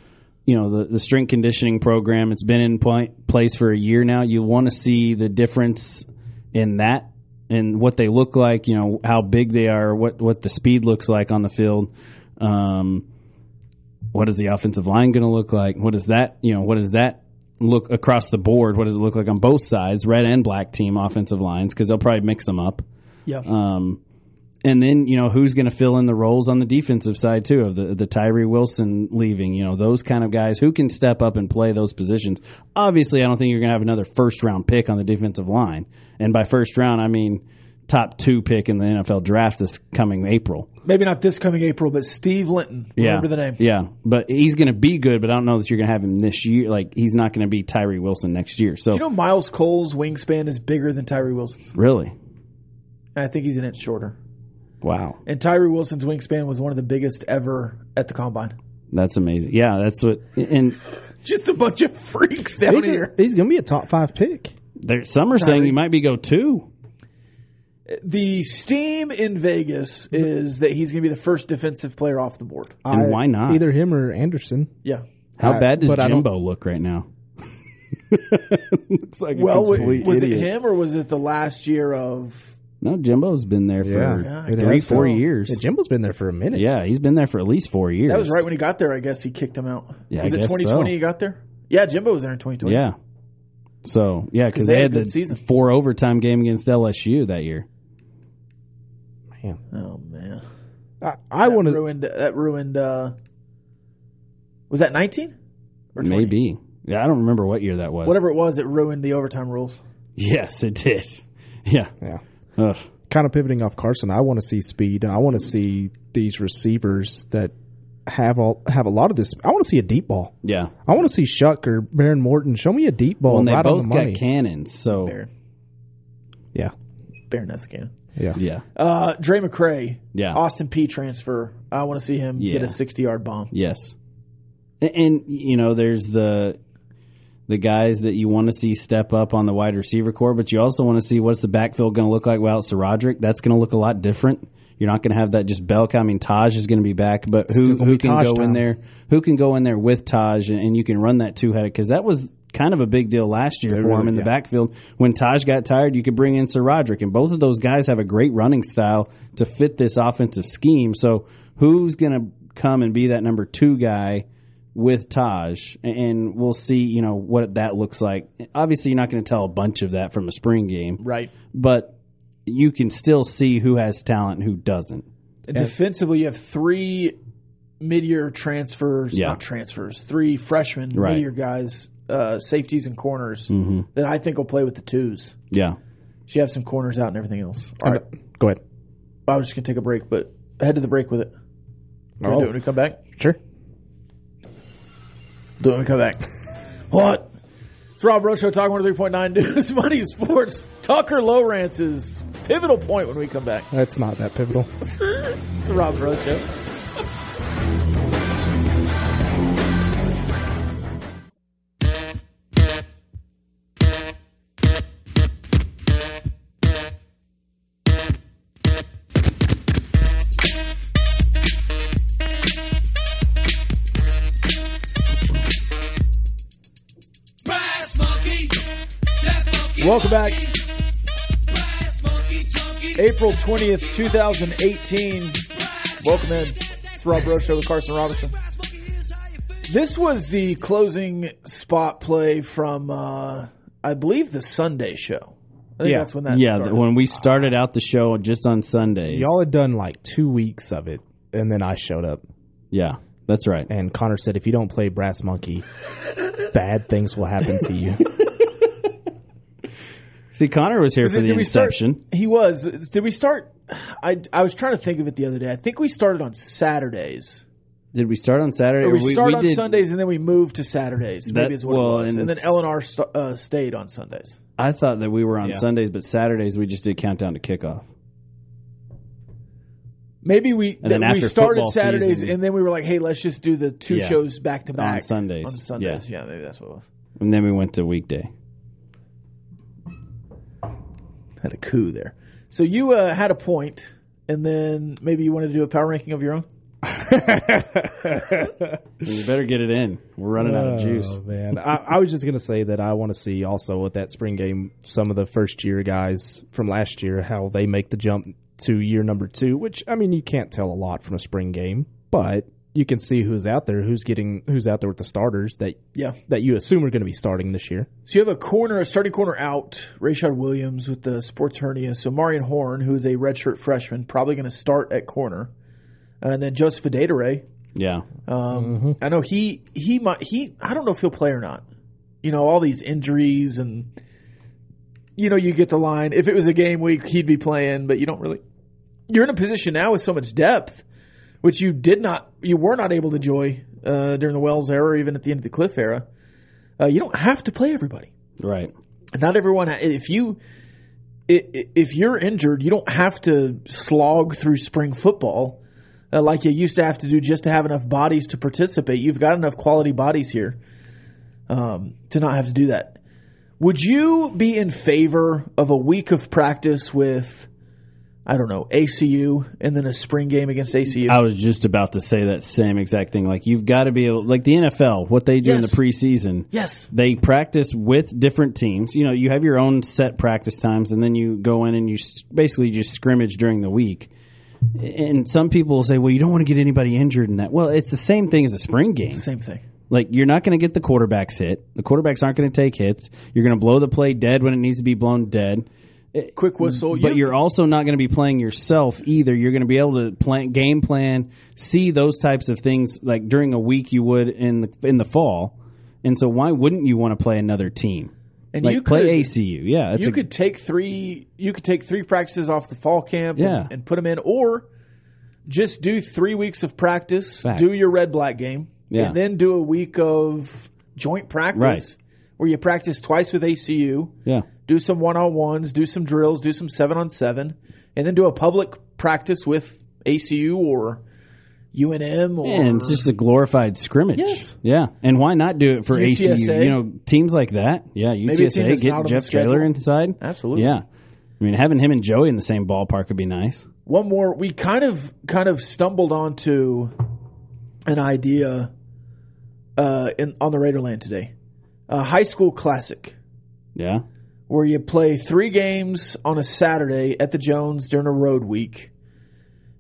Speaker 4: you know the, the strength conditioning program it's been in pl- place for a year now you want to see the difference in that and what they look like you know how big they are what what the speed looks like on the field um, what is the offensive line going to look like what is that you know what is that look across the board what does it look like on both sides red and black team offensive lines because they'll probably mix them up
Speaker 2: Yeah.
Speaker 4: um, and then you know who's going to fill in the roles on the defensive side too of the the Tyree Wilson leaving. You know those kind of guys who can step up and play those positions. Obviously, I don't think you're going to have another first round pick on the defensive line, and by first round I mean top two pick in the NFL draft this coming April.
Speaker 2: Maybe not this coming April, but Steve Linton.
Speaker 4: Yeah,
Speaker 2: Remember the name.
Speaker 4: Yeah, but he's going to be good. But I don't know that you're going to have him this year. Like he's not going to be Tyree Wilson next year. So
Speaker 2: You know, Miles Cole's wingspan is bigger than Tyree Wilson's.
Speaker 4: really,
Speaker 2: And I think he's an inch shorter.
Speaker 4: wow.
Speaker 2: And Tyree Wilson's wingspan was one of the biggest ever at the combine.
Speaker 4: That's amazing. Yeah, that's what. And
Speaker 2: Just a bunch of freaks down
Speaker 3: He's,
Speaker 2: here.
Speaker 3: he's going to be a top five pick.
Speaker 4: there, some are saying he might be go two.
Speaker 2: The steam in Vegas is that he's going to be the first defensive player off the board.
Speaker 4: And
Speaker 3: I-
Speaker 4: why not?
Speaker 3: Either him or Anderson.
Speaker 2: Yeah.
Speaker 4: How bad does
Speaker 3: but I
Speaker 4: Jimbo look right now? Looks like
Speaker 2: Well,
Speaker 4: a
Speaker 2: wa-
Speaker 4: complete
Speaker 2: was
Speaker 4: idiot.
Speaker 2: it him or was it the last year of?
Speaker 4: No, Jimbo's been there for
Speaker 3: Yeah,
Speaker 2: it
Speaker 4: three,
Speaker 2: is.
Speaker 4: four
Speaker 2: Yeah.
Speaker 4: years.
Speaker 3: Yeah, Jimbo's been there for a minute.
Speaker 4: Yeah, he's been there for at least four years.
Speaker 2: That was right when he got there. I guess he kicked him out.
Speaker 4: Yeah, I
Speaker 2: was it
Speaker 4: guess so.
Speaker 2: 2020 he got there? Yeah, Jimbo was there in 2020.
Speaker 4: Yeah. So yeah, because
Speaker 2: They
Speaker 4: they
Speaker 2: had a
Speaker 4: had the
Speaker 2: good season.
Speaker 4: four overtime game against LSU that year.
Speaker 2: Oh man,
Speaker 3: I, I
Speaker 2: that
Speaker 3: want to.
Speaker 2: ruined that ruined. Uh, was that 19 or 20?
Speaker 4: Maybe. Yeah, I don't remember what year that was.
Speaker 2: Whatever it was, it ruined the overtime rules.
Speaker 4: Yes, it did. Yeah.
Speaker 3: Yeah.
Speaker 4: Ugh.
Speaker 3: kind of pivoting off Carson, I want to see speed. I want to see these receivers that have all have a lot of this. I want to see a deep ball.
Speaker 4: Yeah.
Speaker 3: I want to see Shuck or Baron Morton. Show me a deep ball
Speaker 4: Well, and they
Speaker 3: right on
Speaker 4: both
Speaker 3: the money.
Speaker 4: got cannons, so
Speaker 2: Baron,
Speaker 3: yeah,
Speaker 2: Baron that's the game.
Speaker 3: yeah.
Speaker 4: yeah,
Speaker 2: Uh, Dre McCray,
Speaker 4: yeah.
Speaker 2: Austin P transfer. I want to see him get
Speaker 4: Yeah.
Speaker 2: a 60 yard bomb.
Speaker 4: Yes, and, and you know, there's the the guys that you want to see step up on the wide receiver core, but you also want to see what's the backfield going to look like without Sir Roderick. That's going to look a lot different. You're not going to have that just Belk. I mean, Taj is going to be back, but who
Speaker 3: Still gonna be
Speaker 4: who can
Speaker 3: Taj
Speaker 4: go in
Speaker 3: time.
Speaker 4: there? Who can go in there with Taj and, and you can run that two headed because that was kind of a big deal last year for him in the backfield. When Taj got tired, you could bring in Sir Roderick, and both of those guys have a great running style to fit this offensive scheme. So who's going to come and be that number two guy? with Taj, and we'll see, you know, what that looks like. Obviously, you're not going to tell a bunch of that from a spring game,
Speaker 2: Right.
Speaker 4: but you can still see who has talent and who doesn't.
Speaker 2: Defensively, you have three mid-year transfers,
Speaker 4: Yeah.
Speaker 2: not transfers, three freshmen
Speaker 4: Right. Hmm.
Speaker 2: mid-year guys, uh, safeties and corners that I think will play with the twos.
Speaker 4: Mm-hmm. Yeah.
Speaker 2: So you have some corners out and everything else. All right,
Speaker 3: Go ahead.
Speaker 2: I was just gonna take a break, but head to the break with it. You
Speaker 4: Oh.
Speaker 2: wanna do it when we come back.
Speaker 3: Sure.
Speaker 2: Do it when we come back. what? It's Rob Rocho talking one oh three point nine news, money sports. Tucker Lowrance's pivotal point when we come back.
Speaker 3: That's not that pivotal.
Speaker 2: It's the Rob Rocho.
Speaker 7: Brass monkey, that monkey.
Speaker 2: Welcome back.
Speaker 7: Brass monkey, junkie.
Speaker 2: April 20th, 2018. Welcome in. It's Rob Rocho with Carson Robinson.
Speaker 7: Brass monkey, here's how you feel.
Speaker 2: This was the closing spot play from, uh, I believe, the Sunday show. I think
Speaker 3: Yeah.
Speaker 2: that's when that
Speaker 4: yeah.
Speaker 2: started.
Speaker 4: When we started out the show just on Sundays.
Speaker 3: Y'all had done like two weeks of it, and then I showed up,
Speaker 4: yeah. That's right.
Speaker 3: and Connor said, "If you don't play Brass Monkey, bad things will happen to you."
Speaker 4: See, Connor was here
Speaker 2: Was
Speaker 4: for
Speaker 2: it-
Speaker 4: the
Speaker 2: did we start-
Speaker 4: inception.
Speaker 2: he was. Did we start? I, I was trying to think of it the other day. I think we started on Saturdays.
Speaker 4: Did we start on Saturday?
Speaker 2: Or
Speaker 4: Or
Speaker 2: we, started on
Speaker 4: did-
Speaker 2: Sundays and then we moved to Saturdays.
Speaker 4: That-
Speaker 2: maybe is what
Speaker 4: well,
Speaker 2: it was.
Speaker 4: and
Speaker 2: And, then
Speaker 4: it's-
Speaker 2: LNR st- uh, stayed on Sundays.
Speaker 4: I thought that we were on Sundays, but Saturdays we just did countdown to kickoff.
Speaker 2: Maybe we
Speaker 4: And then
Speaker 2: that we
Speaker 4: after
Speaker 2: started
Speaker 4: football
Speaker 2: Saturdays
Speaker 4: season-
Speaker 2: and then we were like, hey, let's just do the two
Speaker 4: Yeah.
Speaker 2: shows back to back
Speaker 4: Sundays.
Speaker 2: On Sundays, yeah. maybe that's what it was.
Speaker 4: And then we went to weekday.
Speaker 2: Had a coup there. So you uh, had a point, and then maybe you wanted to do a power ranking of your own.
Speaker 4: You better get it in. We're running out of juice.
Speaker 3: Oh, man. I, I was just going to say that I want to see also at that spring game some of the first year guys from last year, how they make the jump to year number two, which, I mean, you can't tell a lot from a spring game, but you can see who's out there, who's getting, who's out there with the starters that,
Speaker 2: Yeah.
Speaker 3: that you assume are going to be starting this year.
Speaker 2: So you have a corner, a starting corner out, Rayshard Williams with the sports hernia. So Marion Horn, who is a redshirt freshman, probably going to start at corner. And then Joseph Adetare.
Speaker 4: Yeah.
Speaker 2: Um, I know he, he might, he, I don't know if he'll play or not. You know, all these injuries and, you know, you get the line. If it was a game week, he'd be playing, but you don't really, you're in a position now with so much depth, which you did not, you were not able to enjoy, uh, during the Wells era, or even at the end of the Cliff era. Uh, you don't have to play everybody
Speaker 4: Right.
Speaker 2: not everyone if you i- i- if you're injured you don't have to slog through spring football uh, like you used to have to do just to have enough bodies to participate you've got enough quality bodies here um, to not have to do that would you be in favor of a week of practice with i don't know acu and then a spring game against acu
Speaker 4: I was just about to say that same exact thing. Like you've got to be able, like the NFL, what they do in the
Speaker 2: Yes.
Speaker 4: preseason.
Speaker 2: yes
Speaker 4: They practice with different teams. You know, you have your own set practice times, and then you go in and you s- basically just scrimmage during the week. And some people will say, "Well, you don't want to get anybody injured in that." Well, it's the same thing as a spring game.
Speaker 2: same thing
Speaker 4: Like you're not going to get the quarterbacks hit. The quarterbacks aren't going to take hits. You're going to blow the play dead when it needs to be blown dead.
Speaker 2: quick whistle
Speaker 4: But you're also not going to be playing yourself either. You're going to be able to plan, game plan, see those types of things like during a week you would in the in the fall. And so, why wouldn't you want to play another team?
Speaker 2: and
Speaker 4: Like
Speaker 2: you
Speaker 4: play
Speaker 2: could-
Speaker 4: ACU, yeah. It's
Speaker 2: you
Speaker 4: a-
Speaker 2: could take three. You could take three practices off the fall camp,
Speaker 4: Yeah.
Speaker 2: and, and put them in, or just do three weeks of practice.
Speaker 4: Fact.
Speaker 2: Do your red black game,
Speaker 4: Yeah.
Speaker 2: and then do a week of joint practice,
Speaker 4: Right.
Speaker 2: where you practice twice with ACU,
Speaker 4: yeah,
Speaker 2: do some one on ones, do some drills, do some seven on seven, and then do a public practice with ACU or UNM or
Speaker 4: and it's just a glorified scrimmage.
Speaker 2: Yes.
Speaker 4: yeah. And why not do it for
Speaker 2: UTSA?
Speaker 4: ACU? You know, teams like that. Yeah,
Speaker 2: a team
Speaker 4: UTSA.
Speaker 2: that's not on
Speaker 4: Get
Speaker 2: the
Speaker 4: Jeff Taylor
Speaker 2: schedule.
Speaker 4: inside.
Speaker 2: Absolutely.
Speaker 4: Yeah, I mean, having him and Joey in the same ballpark would be nice.
Speaker 2: one more we kind of kind of stumbled onto an idea uh, in, on the Raiderland today a high school classic
Speaker 4: Yeah,
Speaker 2: where you play three games on a Saturday at the Jones during a road week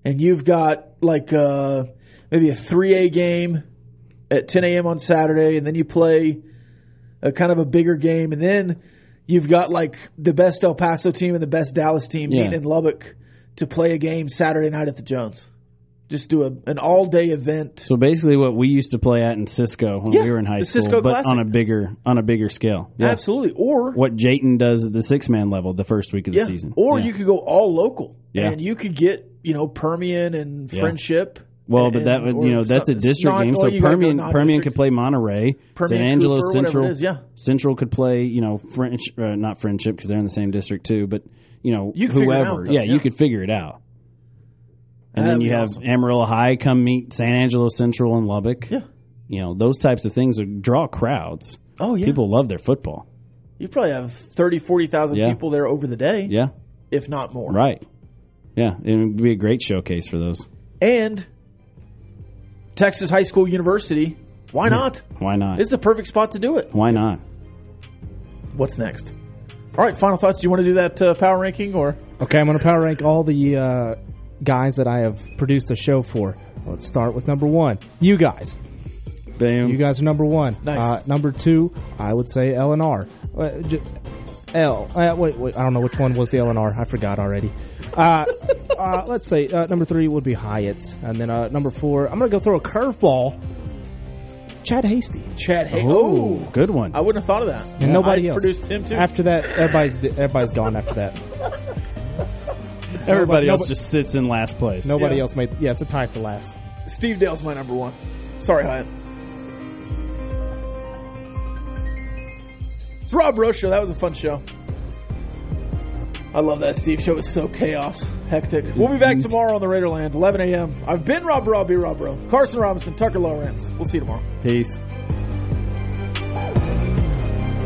Speaker 2: and you've got like uh, maybe a 3A game at 10 a.m. on Saturday and then you play a kind of a bigger game and then you've got like the best El Paso team and the best Dallas team
Speaker 4: Yeah.
Speaker 2: meeting in Lubbock to play a game Saturday night at the Jones. Just do a, an all day event.
Speaker 4: So basically, what we used to play at in Cisco when
Speaker 2: Yeah,
Speaker 4: we were in high
Speaker 2: the
Speaker 4: school,
Speaker 2: Cisco
Speaker 4: but
Speaker 2: Classic.
Speaker 4: on a bigger on a bigger scale. Yeah.
Speaker 2: Absolutely. Or
Speaker 4: What Jayton does at the six man level the first week of the
Speaker 2: yeah.
Speaker 4: season,
Speaker 2: Or
Speaker 4: Yeah.
Speaker 2: you could go all local,
Speaker 4: Yeah.
Speaker 2: and you could get you know Permian and
Speaker 4: Yeah.
Speaker 2: Friendship.
Speaker 4: well,
Speaker 2: and-
Speaker 4: but that would
Speaker 2: or
Speaker 4: you know that's a
Speaker 2: some-
Speaker 4: district
Speaker 2: non-
Speaker 4: game.
Speaker 2: well,
Speaker 4: So
Speaker 2: you gotta go
Speaker 4: Permian Permian
Speaker 2: non-district.
Speaker 4: could play Monterey,
Speaker 2: Permian,
Speaker 4: San Angelo
Speaker 2: Cooper, whatever
Speaker 4: Central.
Speaker 2: it is, yeah.
Speaker 4: Central could play you know French, uh, not friendship because they're in the same district too. But you know
Speaker 2: You could figure it out,
Speaker 4: whoever,
Speaker 2: though,
Speaker 4: yeah, you
Speaker 2: yeah.
Speaker 4: could figure it out. And
Speaker 2: That'd
Speaker 4: then you
Speaker 2: be
Speaker 4: have
Speaker 2: awesome.
Speaker 4: Amarillo High come meet San Angelo Central and Lubbock.
Speaker 2: Yeah.
Speaker 4: You know those types of things would draw crowds.
Speaker 2: Oh yeah,
Speaker 4: People love their football.
Speaker 2: you probably have 30, 40,000
Speaker 4: Yeah.
Speaker 2: people there over the day,
Speaker 4: Yeah.
Speaker 2: if not more.
Speaker 4: Right. Yeah, it would be a great showcase for those.
Speaker 2: And Texas High School University. Why not?
Speaker 4: Why not?
Speaker 2: It's the perfect spot to do it.
Speaker 4: Why not?
Speaker 2: What's next? All right, final thoughts. Do you want to do that uh, power ranking or?
Speaker 3: Okay, I'm going to power rank all the uh, guys that I have produced a show for. Let's start with number one. You guys.
Speaker 4: Boom.
Speaker 3: You guys are number one.
Speaker 2: Nice.
Speaker 3: Uh, number two, I would say L and R. Uh, j- L. Uh, wait, wait. I don't know which one was the L and R. I forgot already. Uh, uh, let's say uh, number three would be Hyatt, and then uh, number four, I'm gonna go throw a curveball. Chad Hasty
Speaker 2: Chad Hay.
Speaker 4: oh,
Speaker 2: Oh,
Speaker 4: good one.
Speaker 2: I wouldn't have thought of that.
Speaker 3: and nobody
Speaker 2: I
Speaker 3: else.
Speaker 2: produced him too.
Speaker 3: After that, everybody's everybody's gone. After that,
Speaker 4: Everybody
Speaker 3: nobody-
Speaker 4: else
Speaker 3: nobody-
Speaker 4: just sits in last place.
Speaker 3: nobody
Speaker 2: Yeah.
Speaker 3: else made. Yeah, it's a tie for last.
Speaker 2: Steve Dale's my number one. Sorry, Hyatt. It's Rob Rocha. That was a fun show. I love that Steve show. It's so chaos, hectic. We'll be back tomorrow on the Raiderland, 11 a.m. I've been Rob Rob, be Rob Rob. Carson Robinson, Tucker Lawrence. We'll see you tomorrow.
Speaker 4: Peace.